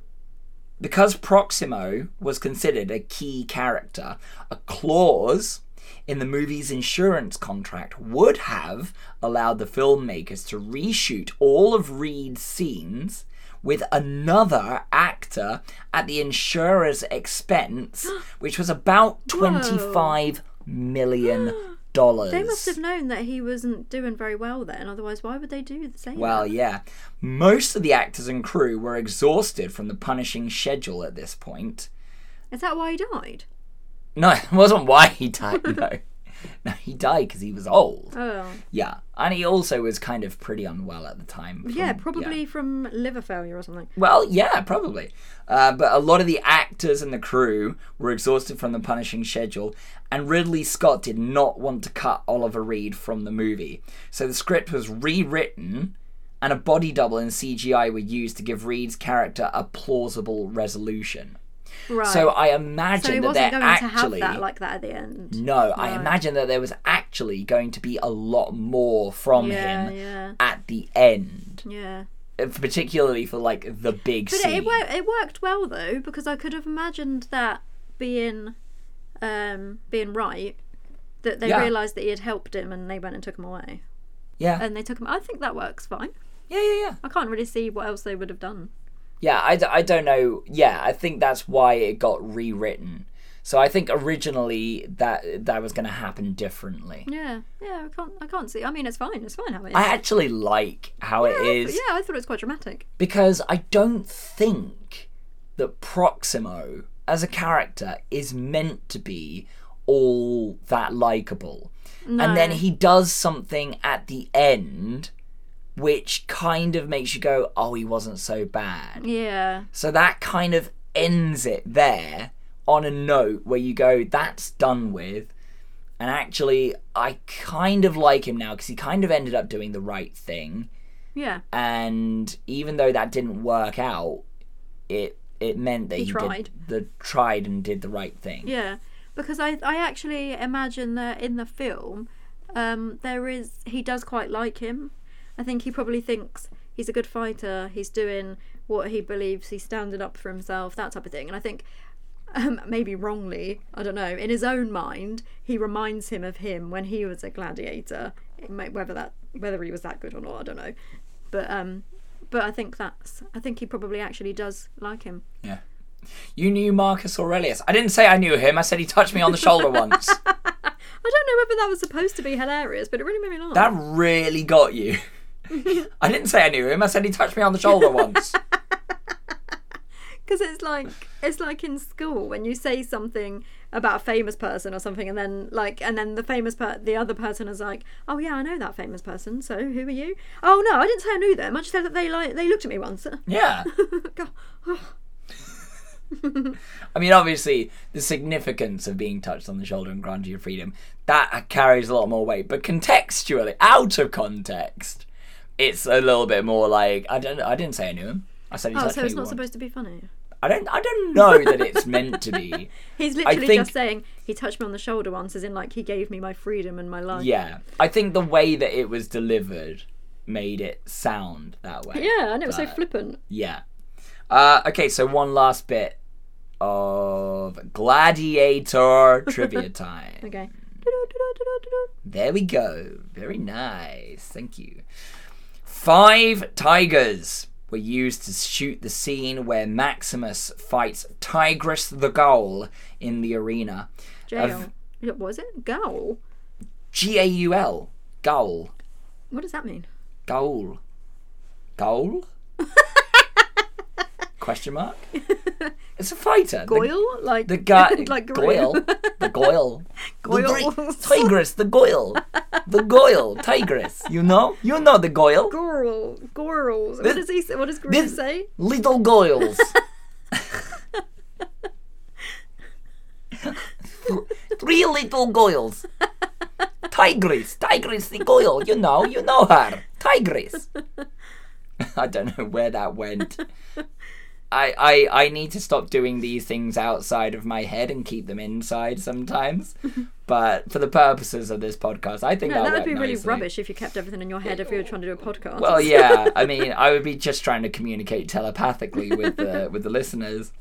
Speaker 2: because Proximo was considered a key character, a clause in the movie's insurance contract would have allowed the filmmakers to reshoot all of Reed's scenes with another actor at the insurer's expense, which was about twenty-five million dollars.
Speaker 3: They must have known that he wasn't doing very well then. Otherwise, why would they do the same?
Speaker 2: Well, yeah. Most of the actors and crew were exhausted from the punishing schedule at this point.
Speaker 3: Is that why he died?
Speaker 2: No, it wasn't why he died, no. No, he died because he was old.
Speaker 3: Oh,
Speaker 2: Yeah. And he also was kind of pretty unwell at the time. from-
Speaker 3: yeah, probably from liver failure or something.
Speaker 2: Well, yeah, probably. Uh, but a lot of the actors and the crew were exhausted from the punishing schedule, and Ridley Scott did not want to cut Oliver Reed from the movie. So the script was rewritten, and a body double and CGI were used to give Reed's character a plausible resolution.
Speaker 3: Right.
Speaker 2: So I
Speaker 3: So
Speaker 2: imagine
Speaker 3: he
Speaker 2: that
Speaker 3: wasn't
Speaker 2: they're
Speaker 3: going
Speaker 2: actually.
Speaker 3: to have that like that at the end.
Speaker 2: no, I imagine that there was actually going to be a lot more from
Speaker 3: Yeah,
Speaker 2: him
Speaker 3: yeah,
Speaker 2: at the end,
Speaker 3: yeah.
Speaker 2: Uh, particularly for like the big
Speaker 3: But
Speaker 2: scene.
Speaker 3: it, it, wor- it worked well though because I could have imagined that being, um, being right, that they
Speaker 2: Yeah.
Speaker 3: realised that he had helped him and they went and took him away
Speaker 2: yeah.
Speaker 3: and they took him. I think that works fine.
Speaker 2: Yeah, yeah, yeah.
Speaker 3: I can't really see what else they would have done.
Speaker 2: Yeah, I, d- I don't know. Yeah, I think that's why it got rewritten. So I think originally that that was going to happen differently.
Speaker 3: Yeah, yeah. I can't. I can't see. I mean, it's fine. It's fine how it is.
Speaker 2: I actually like how it
Speaker 3: But
Speaker 2: is
Speaker 3: yeah, I thought it was quite dramatic.
Speaker 2: because I don't think that Proximo as a character is meant to be all that likable. And then he does something at the end which kind of makes you go, "Oh, he wasn't so bad."
Speaker 3: Yeah.
Speaker 2: So that kind of ends it there on a note where you go, that's done with. And actually, I kind of like him now because he kind of ended up doing the right thing.
Speaker 3: Yeah.
Speaker 2: And even though that didn't work out, it it meant that he,
Speaker 3: tried.
Speaker 2: did the tried and did the right thing.
Speaker 3: Yeah, because I I actually imagine that in the film, um, there is he does quite like him. I think he probably thinks he's a good fighter. He's doing what he believes. He's standing up for himself, that type of thing. And I think. Um, maybe wrongly, I don't know. In his own mind, he reminds him of him when he was a gladiator. It may- Whether that, whether he was that good or not, I don't know. But um, but I think that's. I think he probably actually does like him.
Speaker 2: You knew Marcus Aurelius. I didn't say I knew him. I said he touched me on the shoulder once.
Speaker 3: I don't know whether that was supposed to be hilarious, but it really made me laugh.
Speaker 2: That really got you. I didn't say I knew him. I said he touched me on the shoulder once.
Speaker 3: because it's like it's like in school when you say something about a famous person or something, and then like and then the famous per- the other person is like, oh yeah, I know that famous person. So who are you? Oh no, I didn't say I knew them. I just said that they like they looked at me once. "Oh,
Speaker 2: Yeah.
Speaker 3: God.
Speaker 2: I mean, obviously, the significance of being touched on the shoulder and granted your freedom that carries a lot more weight. But contextually, out of context, it's a little bit more like I don't. I didn't say I knew him. I said he
Speaker 3: Oh,
Speaker 2: touched
Speaker 3: so
Speaker 2: me
Speaker 3: it's not
Speaker 2: once.
Speaker 3: supposed to be funny.
Speaker 2: I don't. I don't know that it's meant to be.
Speaker 3: He's literally
Speaker 2: think-
Speaker 3: just saying he touched me on the shoulder once, as in like he gave me my freedom and my life.
Speaker 2: Yeah, I think the way that it was delivered made it sound that way.
Speaker 3: Yeah, and it was so flippant.
Speaker 2: Yeah. Uh, okay, so one last bit of gladiator trivia time.
Speaker 3: Okay.
Speaker 2: There we go. Very nice. Thank you. Five tigers were used to shoot the scene where Maximus fights Tigress the Gaul in the arena.
Speaker 3: Jail. What was it? Gowl.
Speaker 2: G A U L. Gaul.
Speaker 3: What does that mean?
Speaker 2: Gaul. Gaul? Question mark? It's a fighter. The-
Speaker 3: Goyle? Like
Speaker 2: The guy,
Speaker 3: like
Speaker 2: Goyle, the Goyle, the Gre-
Speaker 3: Goyles.
Speaker 2: tigress, the Goyle, the Goyle, tigress. You know, you know the Goyle,
Speaker 3: Gorl. Gorls. What does he say? What does Grim
Speaker 2: this-
Speaker 3: say?
Speaker 2: little Goyles. Three little Goyles, tigress, tigress, the Goyle. You know, you know her, tigress. I don't know where that went. I, I I need to stop doing these things outside of my head and keep them inside sometimes. but for the purposes of this podcast, I think
Speaker 3: No,
Speaker 2: that
Speaker 3: that would be really
Speaker 2: nicely.
Speaker 3: rubbish if you kept everything in your head if you were trying to do a podcast.
Speaker 2: Well, yeah. I mean, I would be just trying to communicate telepathically with the with the listeners.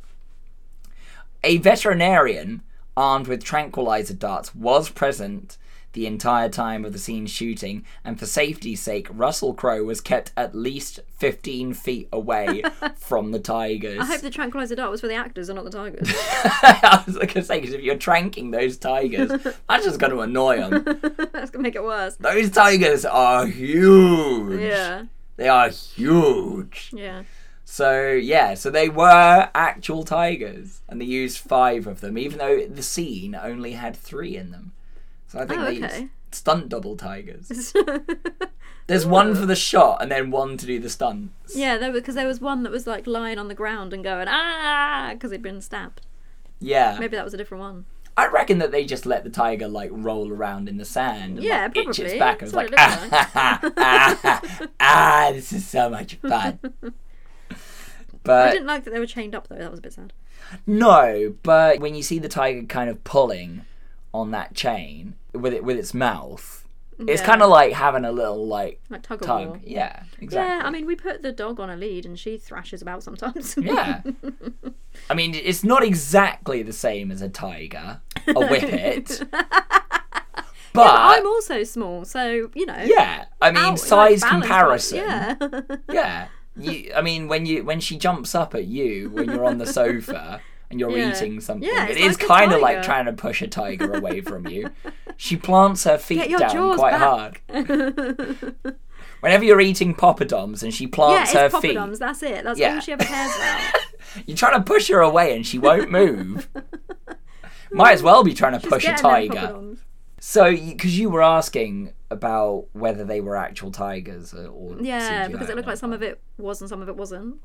Speaker 2: A veterinarian armed with tranquilizer darts was present the entire time of the scene shooting, and for safety's sake, Russell Crowe was kept at least fifteen feet away from the tigers.
Speaker 3: I hope the tranquilizer dart was for the actors and not the tigers.
Speaker 2: I was gonna say 'cause if you're tranking those tigers, that's just gonna annoy them.
Speaker 3: That's gonna make it worse.
Speaker 2: Those tigers are huge.
Speaker 3: Yeah.
Speaker 2: They are huge.
Speaker 3: Yeah.
Speaker 2: So yeah, so they were actual tigers, and they used five of them, even though the scene only had three in them. So I think
Speaker 3: Oh,
Speaker 2: they
Speaker 3: okay.
Speaker 2: used stunt double tigers. There's one for the shot, and then one to do the stunt.
Speaker 3: yeah, there because there was one that was like lying on the ground and going ah because he'd been stabbed.
Speaker 2: Yeah,
Speaker 3: Maybe that was a different one.
Speaker 2: I reckon that they just let the tiger like roll around in the sand. And,
Speaker 3: Yeah,
Speaker 2: like, itch its
Speaker 3: probably.
Speaker 2: back. and
Speaker 3: That's
Speaker 2: was like,
Speaker 3: what
Speaker 2: ah,
Speaker 3: it
Speaker 2: ha, ha, ah, ha, ah, this is so much fun.
Speaker 3: I
Speaker 2: But
Speaker 3: didn't like that they were chained up though. That was a bit sad.
Speaker 2: No, but when you see the tiger kind of pulling on that chain with it with its mouth, it's
Speaker 3: Yeah.
Speaker 2: kind of like having a little like
Speaker 3: Like tug of war.
Speaker 2: tug. Yeah,
Speaker 3: Yeah, I
Speaker 2: exactly.
Speaker 3: mean we put the dog on a lead and she thrashes about sometimes.
Speaker 2: Yeah. I mean, it's not exactly the same as a tiger, a whippet. but
Speaker 3: I'm also small, so you know.
Speaker 2: yeah, I mean,
Speaker 3: out, like,
Speaker 2: size
Speaker 3: balance,
Speaker 2: comparison.
Speaker 3: Yeah.
Speaker 2: yeah. You, I mean, when you when she jumps up at you when you're on the sofa and you're
Speaker 3: Yeah.
Speaker 2: eating something,
Speaker 3: Yeah,
Speaker 2: it
Speaker 3: it's
Speaker 2: is
Speaker 3: like a
Speaker 2: kind of like
Speaker 3: tiger.
Speaker 2: trying to push a tiger away from you. She plants her feet
Speaker 3: Get your
Speaker 2: down
Speaker 3: jaws
Speaker 2: quite
Speaker 3: back.
Speaker 2: hard. Whenever you're eating poppadoms and she
Speaker 3: yeah,
Speaker 2: plants
Speaker 3: it's
Speaker 2: her feet,
Speaker 3: poppadoms. That's it. That's
Speaker 2: Yeah.
Speaker 3: all she ever cares about.
Speaker 2: you're trying to push her away and she won't move. Might as well be trying to push a
Speaker 3: Getting them
Speaker 2: tiger.
Speaker 3: poppadoms.
Speaker 2: So, because you were asking about whether they were actual tigers or, or
Speaker 3: Yeah,
Speaker 2: CGI
Speaker 3: because
Speaker 2: or
Speaker 3: it looked
Speaker 2: not.
Speaker 3: like some of it was and some of it wasn't.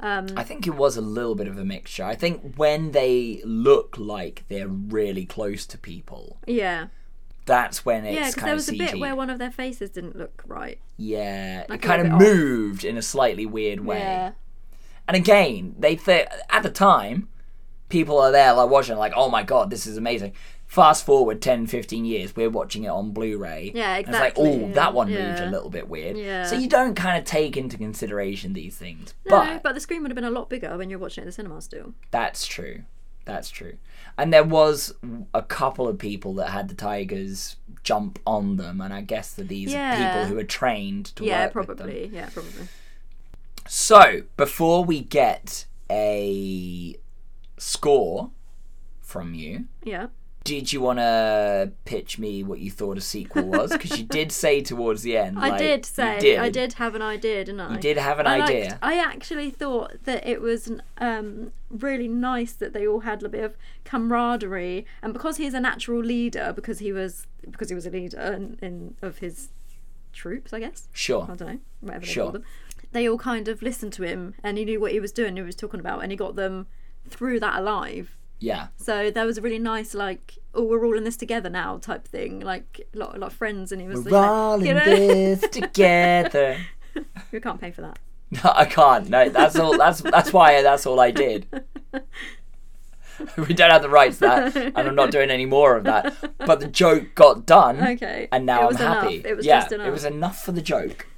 Speaker 2: I think it was a little bit of a mixture. I think when they look like they're really close to people,
Speaker 3: Yeah.
Speaker 2: that's when it's
Speaker 3: Yeah, because
Speaker 2: kind
Speaker 3: there was
Speaker 2: of
Speaker 3: a
Speaker 2: CG.
Speaker 3: bit where one of their faces didn't look right.
Speaker 2: yeah, it
Speaker 3: Like a
Speaker 2: kind of
Speaker 3: little bit off.
Speaker 2: moved in a slightly weird way.
Speaker 3: Yeah.
Speaker 2: And again, they th- at the time, people are there like watching, it, like, oh my god, this is amazing. Fast forward 10, 15 years, we're watching it on Blu-ray.
Speaker 3: Yeah,
Speaker 2: and
Speaker 3: exactly,
Speaker 2: it's like, oh,
Speaker 3: yeah,
Speaker 2: that one moved
Speaker 3: yeah.
Speaker 2: a little bit weird.
Speaker 3: Yeah.
Speaker 2: So you don't kind of take into consideration these things.
Speaker 3: no, but the screen would have been a lot bigger when you're watching it at the cinema still.
Speaker 2: That's true. That's true. And there was a couple of people that had the tigers jump on them, and I guess that these are
Speaker 3: Yeah.
Speaker 2: people who are trained to
Speaker 3: Yeah,
Speaker 2: work with them.
Speaker 3: probably. Yeah, probably.
Speaker 2: So before we get a score from you,
Speaker 3: Yeah.
Speaker 2: Did you want to pitch me what you thought a sequel was? Because you did say towards the end.
Speaker 3: I
Speaker 2: like,
Speaker 3: did
Speaker 2: you
Speaker 3: say I did have an idea, didn't I?
Speaker 2: You did have an
Speaker 3: I liked-
Speaker 2: idea.
Speaker 3: I actually thought that it was um, really nice that they all had a bit of camaraderie, and because he's a natural leader, because he was because he was a leader in, in of his troops, I guess. I
Speaker 2: Sure.
Speaker 3: don't know, whatever they
Speaker 2: Sure.
Speaker 3: call them. They all kind of listened to him, and he knew what he was doing, he was talking about, and he got them through that alive.
Speaker 2: Yeah.
Speaker 3: So there was a really nice like, oh, we're all in this together now type thing, like a lot, a lot of friends, and he was
Speaker 2: We're
Speaker 3: like,
Speaker 2: all
Speaker 3: you
Speaker 2: in
Speaker 3: know?
Speaker 2: this together.
Speaker 3: we can't pay for that.
Speaker 2: No, I can't. No, that's all. That's that's why. That's all I did. we don't have the rights to that, and I'm not doing any more of that. But the joke got done.
Speaker 3: Okay.
Speaker 2: And now
Speaker 3: It
Speaker 2: I'm
Speaker 3: was enough.
Speaker 2: happy.
Speaker 3: It was
Speaker 2: yeah,
Speaker 3: just enough.
Speaker 2: it was enough for the joke.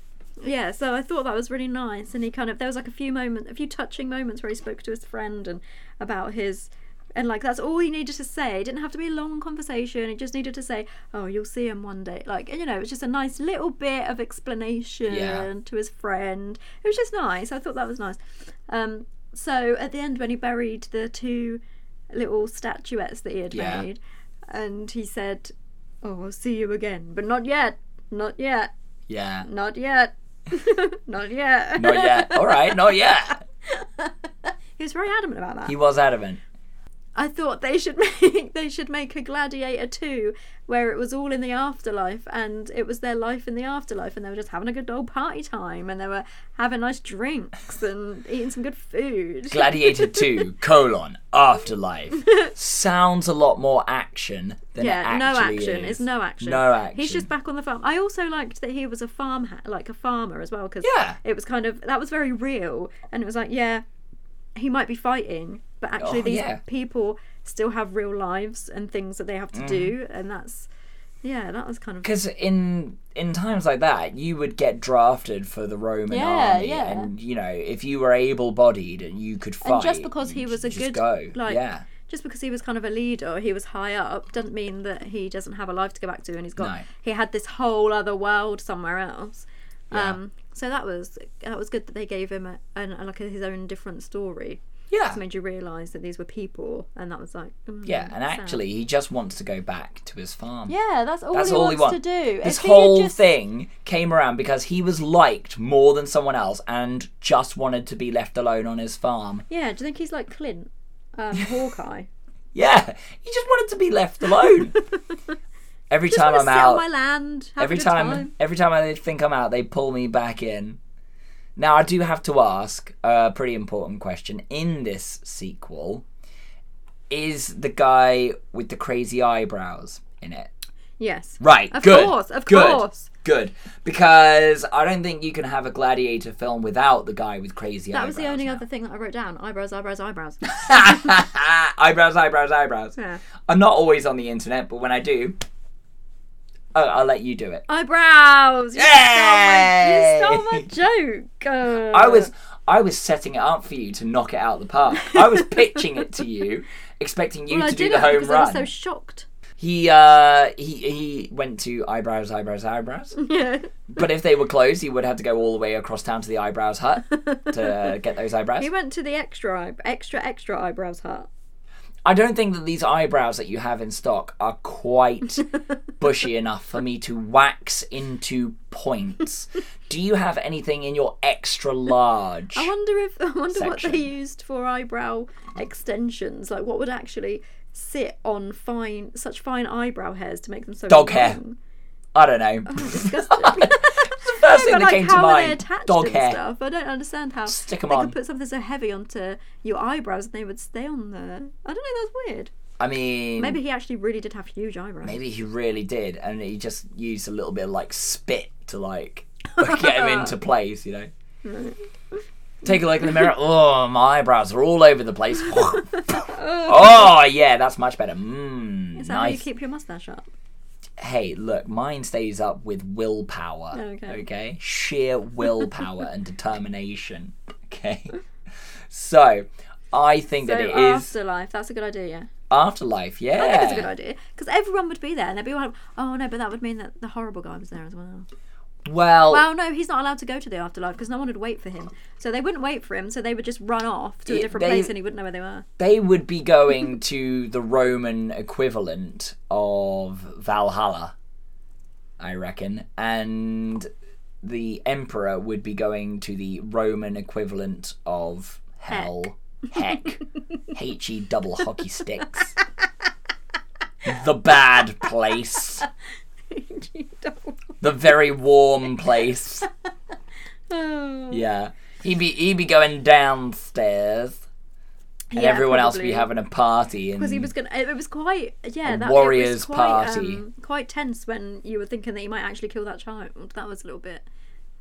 Speaker 3: Yeah, so I thought that was really nice, and he kind of there was like a few moments, a few touching moments where he spoke to his friend and about his, and like that's all he needed to say. It didn't have to be a long conversation. He just needed to say, "Oh, you'll see him one day." Like you know, it was just a nice little bit of explanation
Speaker 2: Yeah.
Speaker 3: to his friend. It was just nice. I thought that was nice. Um, so at the end, when he buried the two little statuettes that he had
Speaker 2: Yeah.
Speaker 3: made, and he said, "Oh, we'll see you again, but not yet, not yet."
Speaker 2: Yeah.
Speaker 3: Not yet. not yet.
Speaker 2: Not yet. all right. Not yet.
Speaker 3: He was very adamant about that.
Speaker 2: He was adamant.
Speaker 3: I thought they should make they should make a Gladiator 2 where it was all in the afterlife and it was their life in the afterlife and they were just having a good old party time and they were having nice drinks and eating some good food.
Speaker 2: Gladiator 2, colon, afterlife. Sounds a lot more action than it
Speaker 3: yeah, no
Speaker 2: actually
Speaker 3: action.
Speaker 2: is.
Speaker 3: It's no action.
Speaker 2: No action.
Speaker 3: He's just back on the farm. I also liked that he was a farm, ha- like a farmer as well, because
Speaker 2: Yeah.
Speaker 3: it was kind of that was very real, and it was like, yeah, he might be fighting, but actually
Speaker 2: Oh,
Speaker 3: these
Speaker 2: yeah.
Speaker 3: people still have real lives and things that they have
Speaker 2: Mm.
Speaker 3: to do, and that's yeah, that was kind of
Speaker 2: because in in times like that you would get drafted for the roman
Speaker 3: Yeah,
Speaker 2: army
Speaker 3: yeah.
Speaker 2: and you know if you were able-bodied and you could fight
Speaker 3: and just because he
Speaker 2: you'd
Speaker 3: was a
Speaker 2: just
Speaker 3: good
Speaker 2: go
Speaker 3: like
Speaker 2: yeah
Speaker 3: just because he was kind of a leader he was high up doesn't mean that he doesn't have a life to go back to and he's got
Speaker 2: No.
Speaker 3: he had this whole other world somewhere else
Speaker 2: Yeah.
Speaker 3: um so that was that was good that they gave him a, an, like his own different story
Speaker 2: yeah
Speaker 3: Just made you realize that these were people and that was like mm,
Speaker 2: yeah and
Speaker 3: sad.
Speaker 2: actually he just wants to go back to his farm
Speaker 3: yeah that's all
Speaker 2: that's
Speaker 3: he
Speaker 2: all
Speaker 3: wants
Speaker 2: he wants
Speaker 3: to do
Speaker 2: this
Speaker 3: If he had
Speaker 2: whole
Speaker 3: just-
Speaker 2: thing came around because he was liked more than someone else and just wanted to be left alone on his farm
Speaker 3: yeah do you think he's like clint um hawkeye
Speaker 2: yeah he just wanted to be left alone every
Speaker 3: just
Speaker 2: time
Speaker 3: wanna
Speaker 2: i'm
Speaker 3: sit
Speaker 2: out
Speaker 3: on my land have
Speaker 2: every
Speaker 3: a good
Speaker 2: time,
Speaker 3: time.
Speaker 2: every time I think I'm out, they pull me back in. Now I do have to ask a pretty important question in this sequel: Is the guy with the crazy eyebrows in it?
Speaker 3: yes
Speaker 2: Right.
Speaker 3: Of
Speaker 2: good.
Speaker 3: course, of
Speaker 2: good,
Speaker 3: course.
Speaker 2: Good, because I don't think you can have a gladiator film without the guy with crazy
Speaker 3: that
Speaker 2: eyebrows.
Speaker 3: was the only
Speaker 2: now.
Speaker 3: other thing that i wrote down eyebrows eyebrows eyebrows
Speaker 2: eyebrows, eyebrows, eyebrows.
Speaker 3: Yeah.
Speaker 2: I'm not always on the internet, but when I do, I'll, I'll let you do it.
Speaker 3: eyebrows. You
Speaker 2: Yay!
Speaker 3: stole my, you stole my joke. Uh,
Speaker 2: I was I was setting it up for you to knock it out the park. I was pitching it to you, expecting you
Speaker 3: Well, I
Speaker 2: to do
Speaker 3: did
Speaker 2: the
Speaker 3: it
Speaker 2: home
Speaker 3: because I
Speaker 2: run.
Speaker 3: was so shocked.
Speaker 2: he uh he he went to eyebrows, eyebrows, eyebrows.
Speaker 3: Yeah.
Speaker 2: but if they were closed, he would have to go all the way across town to the eyebrows hut to get those eyebrows.
Speaker 3: He went to the extra, eye- extra, extra eyebrows hut.
Speaker 2: I don't think that these eyebrows that you have in stock are quite bushy enough for me to wax into points. Do you have anything in your extra large?
Speaker 3: I wonder if I wonder what
Speaker 2: Section.
Speaker 3: they used for eyebrow extensions. Like what would actually sit on fine, such fine eyebrow hairs to make them so
Speaker 2: Dog hair.
Speaker 3: long.
Speaker 2: I don't know.
Speaker 3: Disgusting.
Speaker 2: First thing
Speaker 3: But
Speaker 2: that
Speaker 3: like
Speaker 2: came to
Speaker 3: how are they
Speaker 2: mind.
Speaker 3: attached
Speaker 2: Dog
Speaker 3: and
Speaker 2: hair.
Speaker 3: stuff? I don't understand how
Speaker 2: Stick 'em
Speaker 3: they
Speaker 2: on.
Speaker 3: could put something so heavy onto your eyebrows and they would stay on there. I don't know. That's weird.
Speaker 2: I mean,
Speaker 3: Maybe he actually really did have huge eyebrows.
Speaker 2: Hmm. maybe he really did, and he just used a little bit of like spit to like get him into place, you know. Take a look in the mirror. Oh, my eyebrows are all over the place. oh yeah, that's much better. Mmm,
Speaker 3: Is that how you
Speaker 2: nice.
Speaker 3: keep your mustache up?
Speaker 2: Hey, look, mine stays up with willpower.
Speaker 3: Oh, Okay.
Speaker 2: Okay, sheer willpower and determination. Okay, so I think
Speaker 3: So
Speaker 2: that it is
Speaker 3: afterlife, that's a good idea. Yeah,
Speaker 2: afterlife. Yeah,
Speaker 3: I think it's a good idea because everyone would be there, and they'd be all, like, "Oh no," but that would mean that the horrible guy was there as well.
Speaker 2: Well,
Speaker 3: Well, no, he's not allowed to go to the afterlife because no one would wait for him. So they wouldn't wait for him, so they would just run off to a
Speaker 2: Yeah,
Speaker 3: different
Speaker 2: they-
Speaker 3: place and he wouldn't know where they were.
Speaker 2: they would be going to the Roman equivalent of Valhalla, I reckon, and the emperor would be going to the Roman equivalent of hell, heck, H E double hockey sticks, the bad place, the very warm place.
Speaker 3: Oh.
Speaker 2: Yeah, he'd be he'd be going downstairs. And
Speaker 3: Yeah,
Speaker 2: everyone else would be
Speaker 3: probably.
Speaker 2: having a party.
Speaker 3: Because he
Speaker 2: and-
Speaker 3: was gonna. It was quite yeah.
Speaker 2: A
Speaker 3: That, it
Speaker 2: warrior's
Speaker 3: was quite,
Speaker 2: party.
Speaker 3: Um, quite tense when you were thinking that he might actually kill that child. That was a little bit.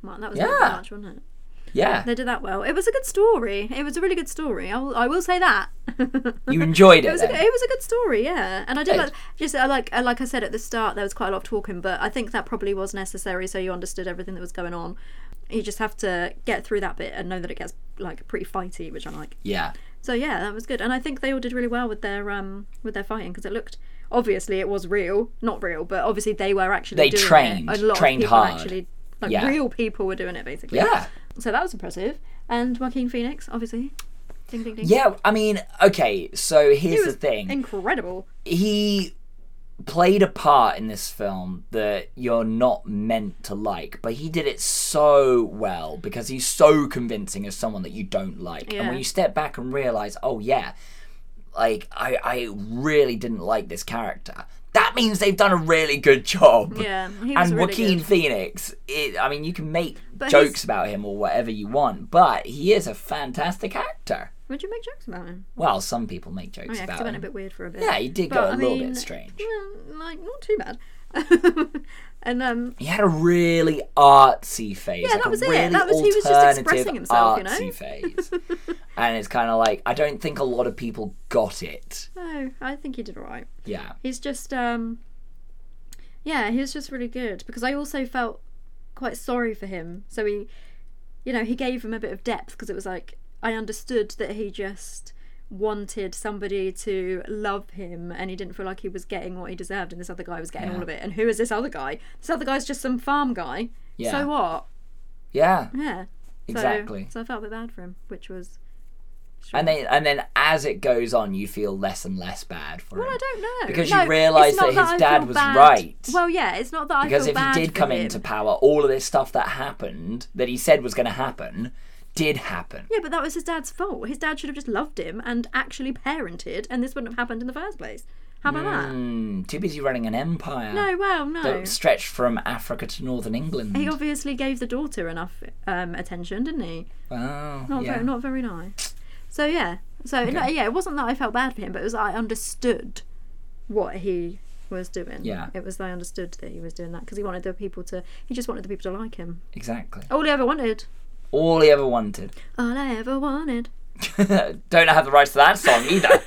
Speaker 3: well, That was a little
Speaker 2: Yeah.
Speaker 3: bit much, wasn't it?
Speaker 2: Yeah,
Speaker 3: They did that well. It was a good story. It was a really good story. I will, I will say that.
Speaker 2: you enjoyed
Speaker 3: It
Speaker 2: it.
Speaker 3: was, a,
Speaker 2: then.
Speaker 3: good- it was a good story, yeah. And I did
Speaker 2: Good.
Speaker 3: like, just I like I- like I said at the start, there was quite a lot of talking, but I think that probably was necessary, so you understood everything that was going on. You just have to get through that bit and know that it gets like pretty fighty, which I like.
Speaker 2: Yeah,
Speaker 3: So yeah, that was good, and I think they all did really well with their um with their fighting because it looked obviously it was real, not real, but obviously they were actually
Speaker 2: They
Speaker 3: doing it.
Speaker 2: trained,
Speaker 3: A lot
Speaker 2: trained
Speaker 3: of people
Speaker 2: hard.
Speaker 3: actually like
Speaker 2: Yeah.
Speaker 3: real people were doing it basically.
Speaker 2: yeah,
Speaker 3: So that was impressive, and Joaquin Phoenix obviously, ding ding ding.
Speaker 2: yeah. I mean, okay. So
Speaker 3: He
Speaker 2: here's the
Speaker 3: was
Speaker 2: thing:
Speaker 3: incredible.
Speaker 2: he played a part in this film that you're not meant to like, but he did it so well because he's so convincing as someone that you don't like. And
Speaker 3: Yeah.
Speaker 2: when you step back and realize, oh yeah, like I, I really didn't like this character. That means they've done a really good job.
Speaker 3: Yeah, he was
Speaker 2: and
Speaker 3: really
Speaker 2: Joaquin
Speaker 3: good.
Speaker 2: Phoenix, it, I mean, you can make
Speaker 3: But
Speaker 2: jokes
Speaker 3: he's-
Speaker 2: about him or whatever you want, but he is a fantastic actor.
Speaker 3: Would you make jokes about him?
Speaker 2: Well, some people make jokes
Speaker 3: Oh, yeah, 'cause
Speaker 2: about
Speaker 3: he went a
Speaker 2: him.
Speaker 3: bit weird for a bit.
Speaker 2: Yeah, he did go
Speaker 3: But,
Speaker 2: a
Speaker 3: I
Speaker 2: little
Speaker 3: mean,
Speaker 2: bit strange.
Speaker 3: yeah, like not too bad. and um,
Speaker 2: He had a really artsy face.
Speaker 3: Yeah,
Speaker 2: like
Speaker 3: that
Speaker 2: a
Speaker 3: was it.
Speaker 2: really
Speaker 3: That was- he was just
Speaker 2: alternative
Speaker 3: expressing himself, you know?
Speaker 2: artsy face. and it's kind of like I don't think a lot of people got it.
Speaker 3: no, I think he did alright.
Speaker 2: Yeah,
Speaker 3: He's just um Yeah, he was just really good because I also felt quite sorry for him. So he you know, he gave him a bit of depth because it was like I understood that he just wanted somebody to love him and he didn't feel like he was getting what he deserved and this other guy was getting all of it. And who is this other guy? This other guy's just some farm guy.
Speaker 2: Yeah.
Speaker 3: So what?
Speaker 2: yeah,
Speaker 3: Yeah. So-
Speaker 2: exactly.
Speaker 3: So, I felt a bit bad for him, which was
Speaker 2: and then and then as it goes on, you feel less and less bad for him.
Speaker 3: I don't know.
Speaker 2: Because
Speaker 3: No,
Speaker 2: you realise
Speaker 3: it's not
Speaker 2: that his
Speaker 3: I
Speaker 2: dad
Speaker 3: feel
Speaker 2: was
Speaker 3: bad.
Speaker 2: right.
Speaker 3: Well, yeah, it's not that I
Speaker 2: because
Speaker 3: feel
Speaker 2: if he
Speaker 3: bad
Speaker 2: did
Speaker 3: for
Speaker 2: come
Speaker 3: him.
Speaker 2: into power, all of this stuff that happened that he said was going to happen did happen.
Speaker 3: Yeah, but that was his dad's fault. His dad should have just loved him and actually parented, and this wouldn't have happened in the first place. How about that?
Speaker 2: Mm, too busy running an empire
Speaker 3: No, well, no.
Speaker 2: that stretched from Africa to northern England.
Speaker 3: He obviously gave the daughter enough um, attention, didn't he?
Speaker 2: Wow,
Speaker 3: Not
Speaker 2: yeah.
Speaker 3: very, not very nice. So yeah, so no, yeah, it wasn't that I felt bad for him, but it was I understood what he was doing.
Speaker 2: Yeah.
Speaker 3: it was I understood that he was doing that because he wanted the people to. He just wanted the people to like him.
Speaker 2: exactly.
Speaker 3: All he ever wanted.
Speaker 2: All he ever wanted.
Speaker 3: All I ever wanted.
Speaker 2: don't have the rights to that song either.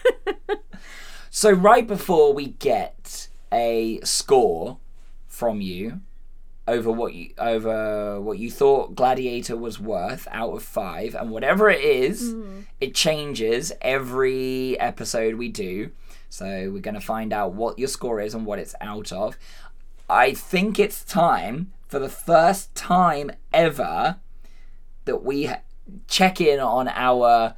Speaker 2: so right before we get a score from you over what you over what you thought Gladiator was worth out of five, and whatever it is, it changes every episode we do. So we're gonna find out what your score is and what it's out of. I think it's time for the first time ever that we ha- check in on our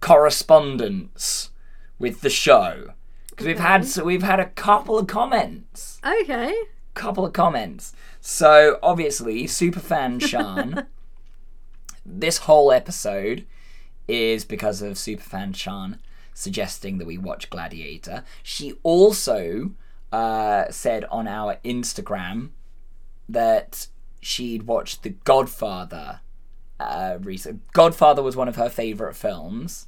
Speaker 2: correspondence with the show because we've had so we've had a couple of comments
Speaker 3: Okay.
Speaker 2: couple of comments so obviously superfan shan this whole episode is because of superfan shan suggesting that we watch gladiator she also uh, said on our instagram that she'd watched the godfather uh, recent godfather was one of her favorite films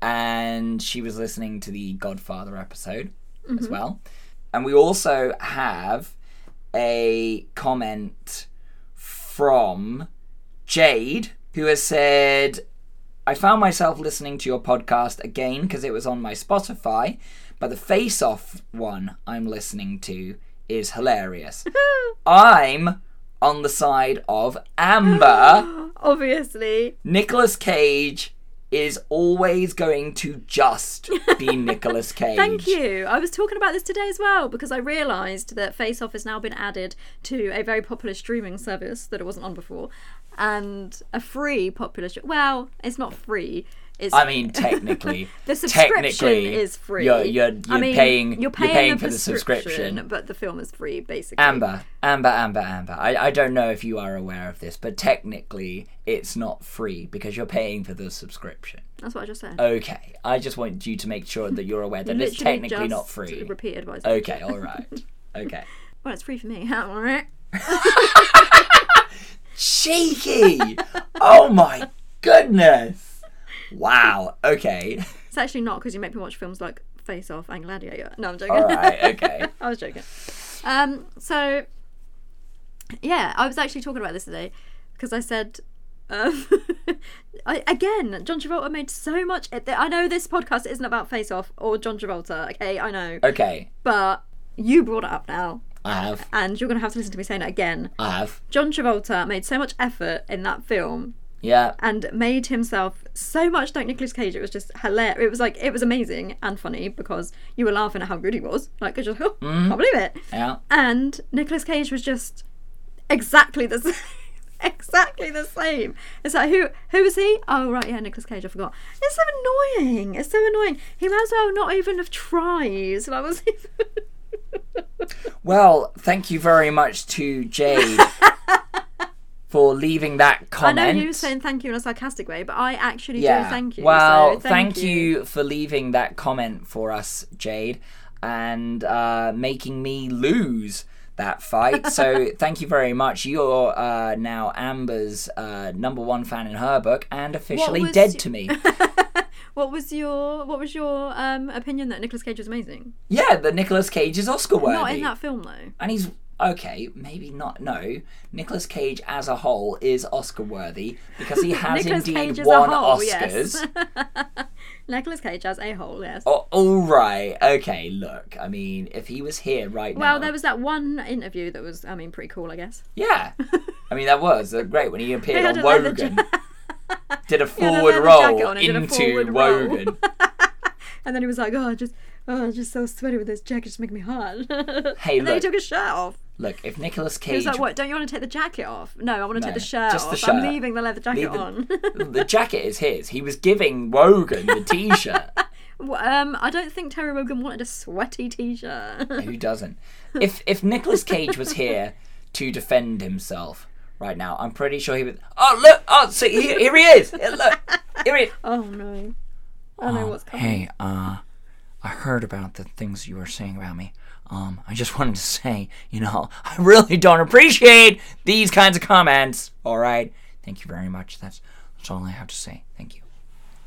Speaker 2: and she was listening to the Godfather episode as well. And we also have a comment from Jade who has said, I found myself listening to your podcast again because it was on my Spotify, but the face off one I'm listening to is hilarious. I'm on the side of Amber,
Speaker 3: Obviously.
Speaker 2: Nicolas Cage, is always going to just be Nicolas Cage.
Speaker 3: Thank you. I was talking about this today as well because I realised that Face Off has now been added to a very popular streaming service that it wasn't on before, and a free popular. Str- well, it's not free. It's
Speaker 2: I mean, technically,
Speaker 3: the subscription
Speaker 2: technically,
Speaker 3: is free.
Speaker 2: You're you're, you're
Speaker 3: I mean,
Speaker 2: paying
Speaker 3: You're paying, a
Speaker 2: for the subscription.
Speaker 3: but the film is free basically.
Speaker 2: Amber, Amber, Amber, Amber. I, I don't know if you are aware of this, but technically it's not free because you're paying for the subscription.
Speaker 3: That's what I just said.
Speaker 2: Okay, I just want you to make sure that you're aware that
Speaker 3: Literally
Speaker 2: Oh, it's technically
Speaker 3: just
Speaker 2: not free.
Speaker 3: Repeated what I said.
Speaker 2: Okay, all right. Okay.
Speaker 3: Well, it's free for me. All right.
Speaker 2: Cheeky! oh my goodness! Wow. Okay.
Speaker 3: It's actually not because you make me watch films like Face Off and Gladiator. No, I'm joking.
Speaker 2: All right. Okay.
Speaker 3: I was joking. Um, so yeah, I was actually talking about this today because I said, um, I, again, John Travolta made so much. eh, I know this podcast isn't about Face Off or John Travolta. Okay, I know,
Speaker 2: Okay.
Speaker 3: but you brought it up now,
Speaker 2: I have.
Speaker 3: and you're gonna have to listen to me saying it again.
Speaker 2: I have.
Speaker 3: John Travolta made so much effort in that film
Speaker 2: Yeah.
Speaker 3: and made himself so much like Nicolas Cage. It was just hilarious. It was like it was amazing and funny because you were laughing at how good he was. Like I just can't believe it.
Speaker 2: Yeah.
Speaker 3: And Nicolas Cage was just exactly the same. Exactly the same. It's like who who was he? Oh right, yeah, Nicolas Cage. I forgot. It's so annoying. It's so annoying. He might as well not even have tried. Like was he?
Speaker 2: Well, thank you very much to Jade for leaving that
Speaker 3: I
Speaker 2: comment.
Speaker 3: know you were saying thank you in a sarcastic way, but I actually do thank you.
Speaker 2: Well,
Speaker 3: so
Speaker 2: thank, you. for leaving that comment for us, Jade, and uh, making me lose that fight. so thank you very much. You're uh, now Amber's uh, number one fan in her book and officially
Speaker 3: was
Speaker 2: dead
Speaker 3: y-
Speaker 2: to me.
Speaker 3: What was your what was your um, opinion that Nicolas Cage was amazing?
Speaker 2: yeah, the Nicolas Cage is Oscar worthy.
Speaker 3: Not in that film though.
Speaker 2: and he's okay maybe not no nicholas cage as a whole is oscar worthy because he has
Speaker 3: Nicolas
Speaker 2: indeed
Speaker 3: Cage as a
Speaker 2: won
Speaker 3: whole,
Speaker 2: oscars
Speaker 3: yes. Nicolas Cage as a whole, yes.
Speaker 2: Oh, all right okay look i mean if he was here right now
Speaker 3: Well, there was that one interview that was, I mean, pretty cool, I guess.
Speaker 2: yeah i mean that was uh, great when he appeared
Speaker 3: They
Speaker 2: on
Speaker 3: had a leather
Speaker 2: wogan did a forward
Speaker 3: leather jacket
Speaker 2: roll
Speaker 3: on and did a
Speaker 2: into
Speaker 3: forward roll.
Speaker 2: wogan
Speaker 3: And then he was like, "Oh, I just, oh, I'm just so sweaty with this jacket, just make me hot."
Speaker 2: hey
Speaker 3: and
Speaker 2: look
Speaker 3: then he took his shirt off.
Speaker 2: look if nicholas
Speaker 3: He was
Speaker 2: cage
Speaker 3: like, "What? Don't you want to take the jacket off?" No, I want to
Speaker 2: No,
Speaker 3: take the shirt
Speaker 2: just the
Speaker 3: off. I'm
Speaker 2: shirt.
Speaker 3: leaving the leather jacket
Speaker 2: Leave the-
Speaker 3: on.
Speaker 2: the jacket is his he was giving wogan the t-shirt
Speaker 3: Well, um, I don't think Terry Wogan wanted a sweaty t-shirt.
Speaker 2: Who doesn't? If if Nicolas Cage was here to defend himself right now, I'm pretty sure he would. Oh look! Oh, see here, here he is. Here, look, here he is.
Speaker 3: oh no, I
Speaker 2: Oh,
Speaker 3: know what's coming.
Speaker 4: Hey, uh, I heard about the things you were saying about me. Um, I just wanted to say, you know,
Speaker 2: I really don't appreciate these kinds of comments. All right, thank you very much. That's
Speaker 4: that's all I have to say. Thank you.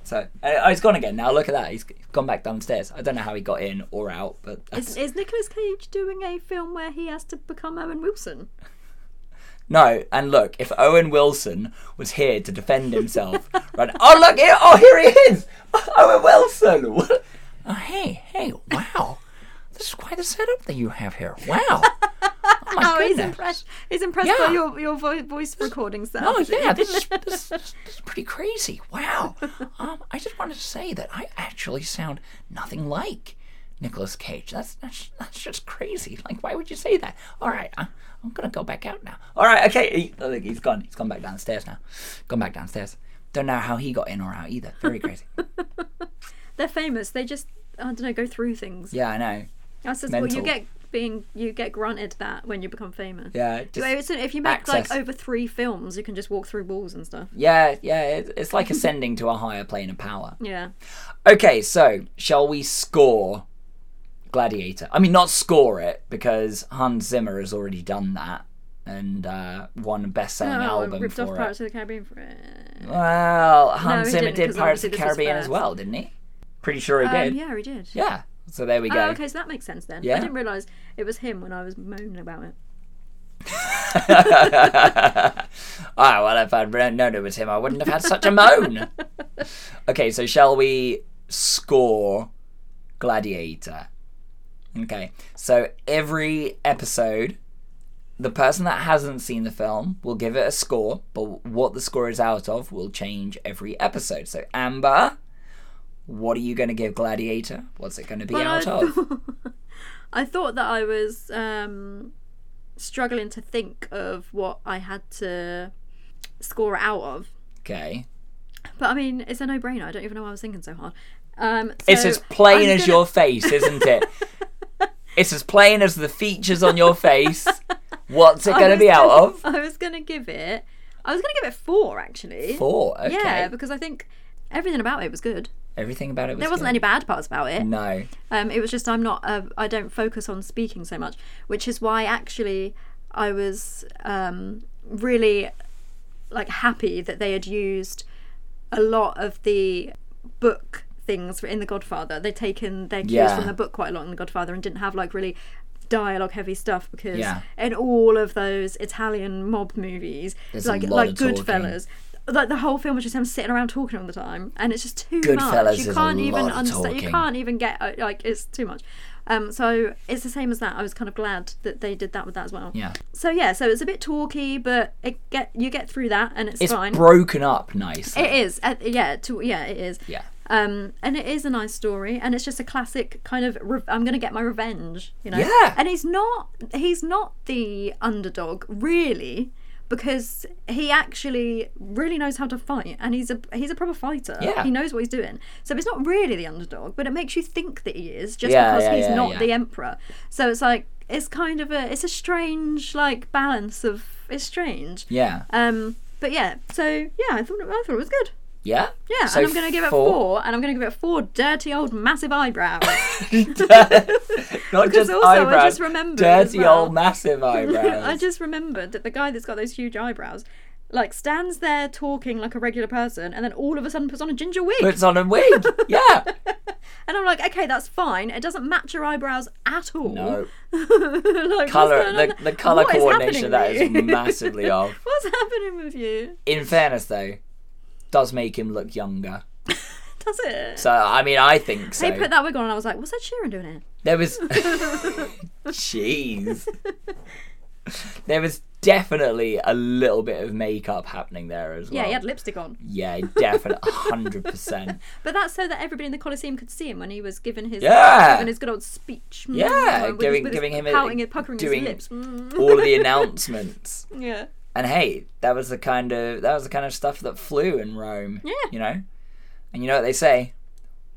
Speaker 2: so. Uh, oh, he's gone again. Now look at that. He's gone back downstairs. I don't know how he got in or out, but
Speaker 3: Is, is Nicolas Cage doing a film where he has to become Owen Wilson?
Speaker 2: no. And look, if Owen Wilson was here to defend himself, right? Oh look here. Oh here he is. Owen Wilson. What?
Speaker 4: Uh, hey, hey, wow. this is quite the setup that you have here. Wow. Oh, my
Speaker 3: Oh, he's
Speaker 4: goodness.
Speaker 3: impressed. He's impressed by
Speaker 4: Yeah.
Speaker 3: your your vo- voice recording stuff.
Speaker 4: Oh yeah, this is, this, this is pretty crazy. Wow. Um, I just wanted to say that I actually sound nothing like Nicolas Cage. That's that's, that's just crazy. Like, why would you say that? All right, I, I'm gonna go back out now.
Speaker 2: All right. Okay. He, I think he's gone. He's gone back downstairs now. Gone back downstairs. Don't know how he got in or out either. Very crazy.
Speaker 3: They're famous. They just I don't know go through things.
Speaker 2: yeah, I know.
Speaker 3: That's just, well,
Speaker 2: mental.
Speaker 3: you get being you get granted that when you become famous.
Speaker 2: Yeah.
Speaker 3: So
Speaker 2: Just,
Speaker 3: it's- if you make
Speaker 2: access. Mm.
Speaker 3: like over three films, you can just walk through walls and stuff.
Speaker 2: yeah. Yeah. It, it's like ascending to a higher plane of power.
Speaker 3: Yeah.
Speaker 2: Okay. So shall we score Gladiator? I mean, not score it because Hans Zimmer has already done that and uh, won a best-selling
Speaker 3: Oh, and
Speaker 2: album
Speaker 3: ripped off
Speaker 2: for it.
Speaker 3: Pirates of the Caribbean for it.
Speaker 2: Well, Hans
Speaker 3: he
Speaker 2: Zimmer
Speaker 3: didn't,
Speaker 2: did
Speaker 3: 'cause
Speaker 2: Pirates of the
Speaker 3: obviously this was
Speaker 2: Caribbean as
Speaker 3: first.
Speaker 2: well, didn't he? Pretty sure he
Speaker 3: Um,
Speaker 2: did. Yeah.
Speaker 3: yeah, he did.
Speaker 2: So there we go.
Speaker 3: Oh, okay, so that makes sense then.
Speaker 2: Yeah.
Speaker 3: I didn't realise it was him when I was moaning about it.
Speaker 2: ah, well, if I'd re- known it was him, I wouldn't have had such a moan. Okay, so shall we score Gladiator? Okay, so every episode the person that hasn't seen the film will give it a score, but what the score is out of will change every episode. So, Amber, what are you going to give Gladiator? What's it going to be
Speaker 3: Well,
Speaker 2: out
Speaker 3: I
Speaker 2: of?
Speaker 3: I thought that I was um, struggling to think of what I had to score it out of.
Speaker 2: Okay.
Speaker 3: But I mean, it's a no-brainer. I don't even know why I was thinking so hard. Um, so
Speaker 2: It's as plain
Speaker 3: I'm
Speaker 2: as
Speaker 3: gonna-
Speaker 2: your face, isn't it? it's as plain as the features on your face. What's it
Speaker 3: I
Speaker 2: going to
Speaker 3: was
Speaker 2: be out
Speaker 3: gonna-
Speaker 2: of?
Speaker 3: I was gonna give it. I was gonna give it four actually.
Speaker 2: Four. Okay.
Speaker 3: Yeah, because I think everything about it was good.
Speaker 2: Everything about it was
Speaker 3: There wasn't
Speaker 2: good.
Speaker 3: any bad parts about it.
Speaker 2: No.
Speaker 3: Um, it was just I'm not. Uh, I don't focus on speaking so much, which is why actually I was um, really like happy that they had used a lot of the book things in The Godfather. They'd taken their cues
Speaker 2: Yeah.
Speaker 3: from the book quite a lot in The Godfather and didn't have like really dialogue heavy stuff because
Speaker 2: Yeah.
Speaker 3: in all of those Italian mob movies,
Speaker 2: There's a
Speaker 3: like
Speaker 2: lot
Speaker 3: like
Speaker 2: of talking.
Speaker 3: Goodfellas. Like the whole film was just him sitting around talking all the time, and it's just too
Speaker 2: Goodfellas
Speaker 3: much. You
Speaker 2: is a
Speaker 3: can't even
Speaker 2: lot of
Speaker 3: understand. You
Speaker 2: talking.
Speaker 3: can't even get uh, like it's too much. Um, so it's the same as that. I was kind of glad that they did that with that as well.
Speaker 2: Yeah.
Speaker 3: So yeah, so it's a bit talky, but it get you get through that, and it's,
Speaker 2: It's
Speaker 3: fine.
Speaker 2: broken up nice.
Speaker 3: it is. Uh, yeah. To, yeah. It is.
Speaker 2: Yeah.
Speaker 3: Um, and it is a nice story, and it's just a classic kind of. Re- I'm going to get my revenge, you know.
Speaker 2: Yeah.
Speaker 3: And he's not. He's not the underdog, really, because he actually really knows how to fight, and he's a he's a proper fighter.
Speaker 2: Yeah.
Speaker 3: He knows what he's doing, so he's not really the underdog, but it makes you think that he is just
Speaker 2: Yeah,
Speaker 3: because
Speaker 2: yeah,
Speaker 3: he's
Speaker 2: yeah,
Speaker 3: not
Speaker 2: yeah.
Speaker 3: the emperor. So it's like it's kind of a it's a strange like balance of it's strange.
Speaker 2: Yeah.
Speaker 3: Um. But yeah. So yeah, I thought it, I thought it was good.
Speaker 2: Yeah.
Speaker 3: Yeah,
Speaker 2: So
Speaker 3: and I'm going to give it four. and I'm going to give it four dirty old massive eyebrows.
Speaker 2: Not
Speaker 3: Because
Speaker 2: just
Speaker 3: also, I
Speaker 2: eyebrows.
Speaker 3: just remembered as
Speaker 2: dirty
Speaker 3: well.
Speaker 2: old massive eyebrows.
Speaker 3: I just remembered that the guy that's got those huge eyebrows, like, stands there talking like a regular person, and then all of a sudden puts on a ginger wig.
Speaker 2: Puts on a wig. Yeah.
Speaker 3: and I'm like, okay, that's fine. It doesn't match your eyebrows at all.
Speaker 2: No.
Speaker 3: like, what's
Speaker 2: Color
Speaker 3: going
Speaker 2: the,
Speaker 3: on?
Speaker 2: the color
Speaker 3: What is
Speaker 2: coordination of that
Speaker 3: happening
Speaker 2: is
Speaker 3: with you?
Speaker 2: massively off.
Speaker 3: What's happening with you?
Speaker 2: In fairness though, does make him look younger.
Speaker 3: Does it?
Speaker 2: So I mean I think so.
Speaker 3: they put that wig on, and I was like, what's Ed Sheeran doing here?
Speaker 2: There was Jeez. there was definitely a little bit of makeup happening there as well.
Speaker 3: Yeah, he had lipstick on.
Speaker 2: Yeah, definitely hundred percent.
Speaker 3: But that's so that everybody in the Coliseum could see him when he was giving his
Speaker 2: Yeah.
Speaker 3: giving his good old speech. Mm,
Speaker 2: Yeah,
Speaker 3: with
Speaker 2: giving-
Speaker 3: his, with
Speaker 2: giving
Speaker 3: his
Speaker 2: him a-
Speaker 3: pouting and puckering
Speaker 2: doing-
Speaker 3: his lips. Mm,
Speaker 2: All of the announcements.
Speaker 3: yeah,
Speaker 2: and hey, that was the kind of that was the kind of stuff that flew in Rome.
Speaker 3: Yeah.
Speaker 2: You know, and you know what they say,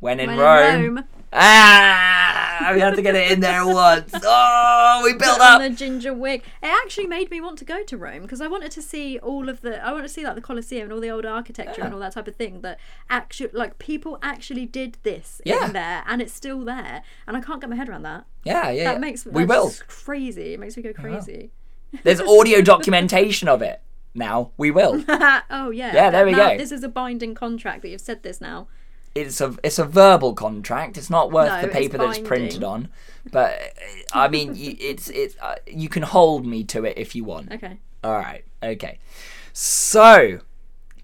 Speaker 2: when in,
Speaker 3: When in
Speaker 2: Rome,
Speaker 3: Rome,
Speaker 2: ah, we had to get it in there once. Oh, we built
Speaker 3: on
Speaker 2: up.
Speaker 3: the ginger wig. It actually made me want to go to Rome because I wanted to see all of the. I wanted to see like the Colosseum and all the old architecture and all that type of thing. That actually, like people actually did this
Speaker 2: Yeah.
Speaker 3: in there, and it's still there. And I can't get my head around that.
Speaker 2: Yeah, yeah. yeah.
Speaker 3: That makes
Speaker 2: we
Speaker 3: that's
Speaker 2: will.
Speaker 3: just crazy. It makes me go crazy.
Speaker 2: There's audio documentation of it. Now we will.
Speaker 3: oh yeah.
Speaker 2: Yeah, there we
Speaker 3: Now
Speaker 2: go.
Speaker 3: This is a binding contract that you've said this now.
Speaker 2: It's a it's a verbal contract. It's not worth
Speaker 3: No,
Speaker 2: the
Speaker 3: it's
Speaker 2: paper that it's printed on,
Speaker 3: binding.
Speaker 2: but uh, I mean, y- it's it's uh, you can hold me to it if you want.
Speaker 3: Okay.
Speaker 2: All right. Okay. So,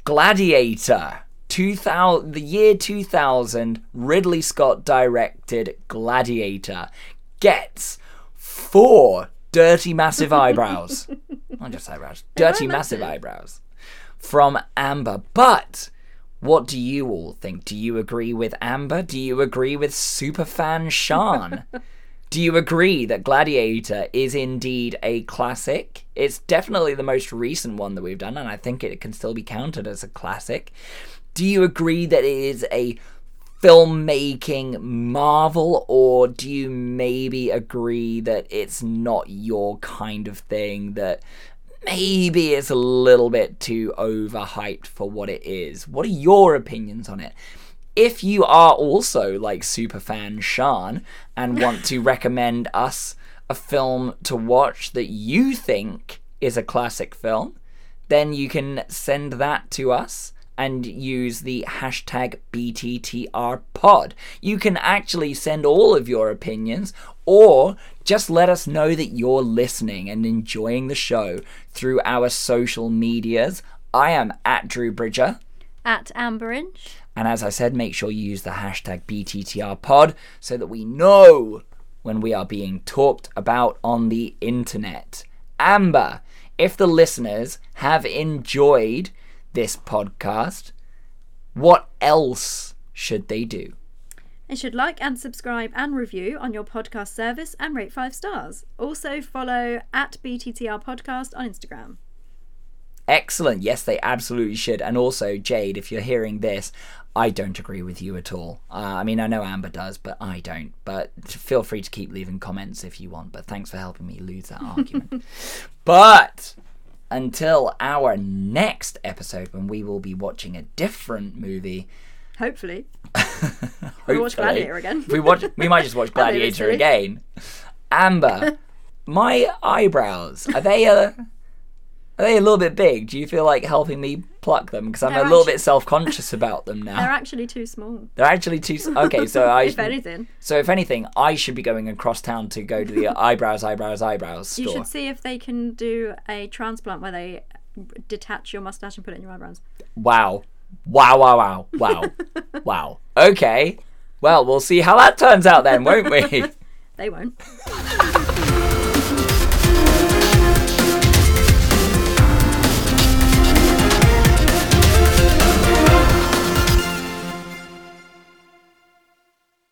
Speaker 2: Gladiator, 2000, the year 2000, Ridley Scott directed Gladiator gets four dirty massive eyebrows. Not just eyebrows. Dirty
Speaker 3: are
Speaker 2: massive
Speaker 3: massive.
Speaker 2: eyebrows from Amber. But what do you all think? Do you agree with Amber? Do you agree with superfan Sean? Do you agree that Gladiator is indeed a classic? It's definitely the most recent one that we've done, and I think it can still be counted as a classic. Do you agree that it is a filmmaking marvel, or do you maybe agree that it's not your kind of thing? That maybe it's a little bit too overhyped for what it is? What are your opinions on it? if you are also like superfan Sean and want to recommend us a film to watch that you think is a classic film, then you can send that to us and use the hashtag BTTRpod. You can actually send all of your opinions or just let us know that you're listening and enjoying the show through our social medias. I am at Drew Bridger.
Speaker 5: At Amber Inch.
Speaker 2: And as I said, make sure you use the hashtag BTTRpod so that we know when we are being talked about on the internet. Amber. If the listeners have enjoyed this podcast, what else should they do?
Speaker 3: They should like and subscribe and review on your podcast service and rate five stars. Also follow at BTTR Podcast on Instagram.
Speaker 2: Excellent. Yes, they absolutely should. And also, Jade, if you're hearing this, I don't agree with you at all. Uh, I mean, I know Amber does, but I don't. But feel free to keep leaving comments if you want. But thanks for helping me lose that argument. but until our next episode, when we will be watching a different movie.
Speaker 3: Hopefully. We
Speaker 2: hopefully-
Speaker 3: watch Gladiator again.
Speaker 2: we watch. We might just watch
Speaker 3: That'd be
Speaker 2: Gladiator
Speaker 3: silly.
Speaker 2: again. Amber, my eyebrows are they a are they a little bit big? Do you feel like helping me pluck them? Because I'm
Speaker 3: They're
Speaker 2: a little
Speaker 3: actu-
Speaker 2: bit self conscious about them now.
Speaker 3: They're actually too small.
Speaker 2: They're actually too. s- Okay, so Uh, I.
Speaker 3: if
Speaker 2: should-
Speaker 3: anything,
Speaker 2: So if anything, I should be going across town to go to the eyebrows, eyebrows, eyebrows
Speaker 3: you
Speaker 2: store.
Speaker 3: should see if they can do a transplant where they detach your mustache and put it in your eyebrows.
Speaker 2: Wow, wow, wow, wow, wow, wow. Okay, well, we'll see how that turns out then, won't we?
Speaker 3: They won't.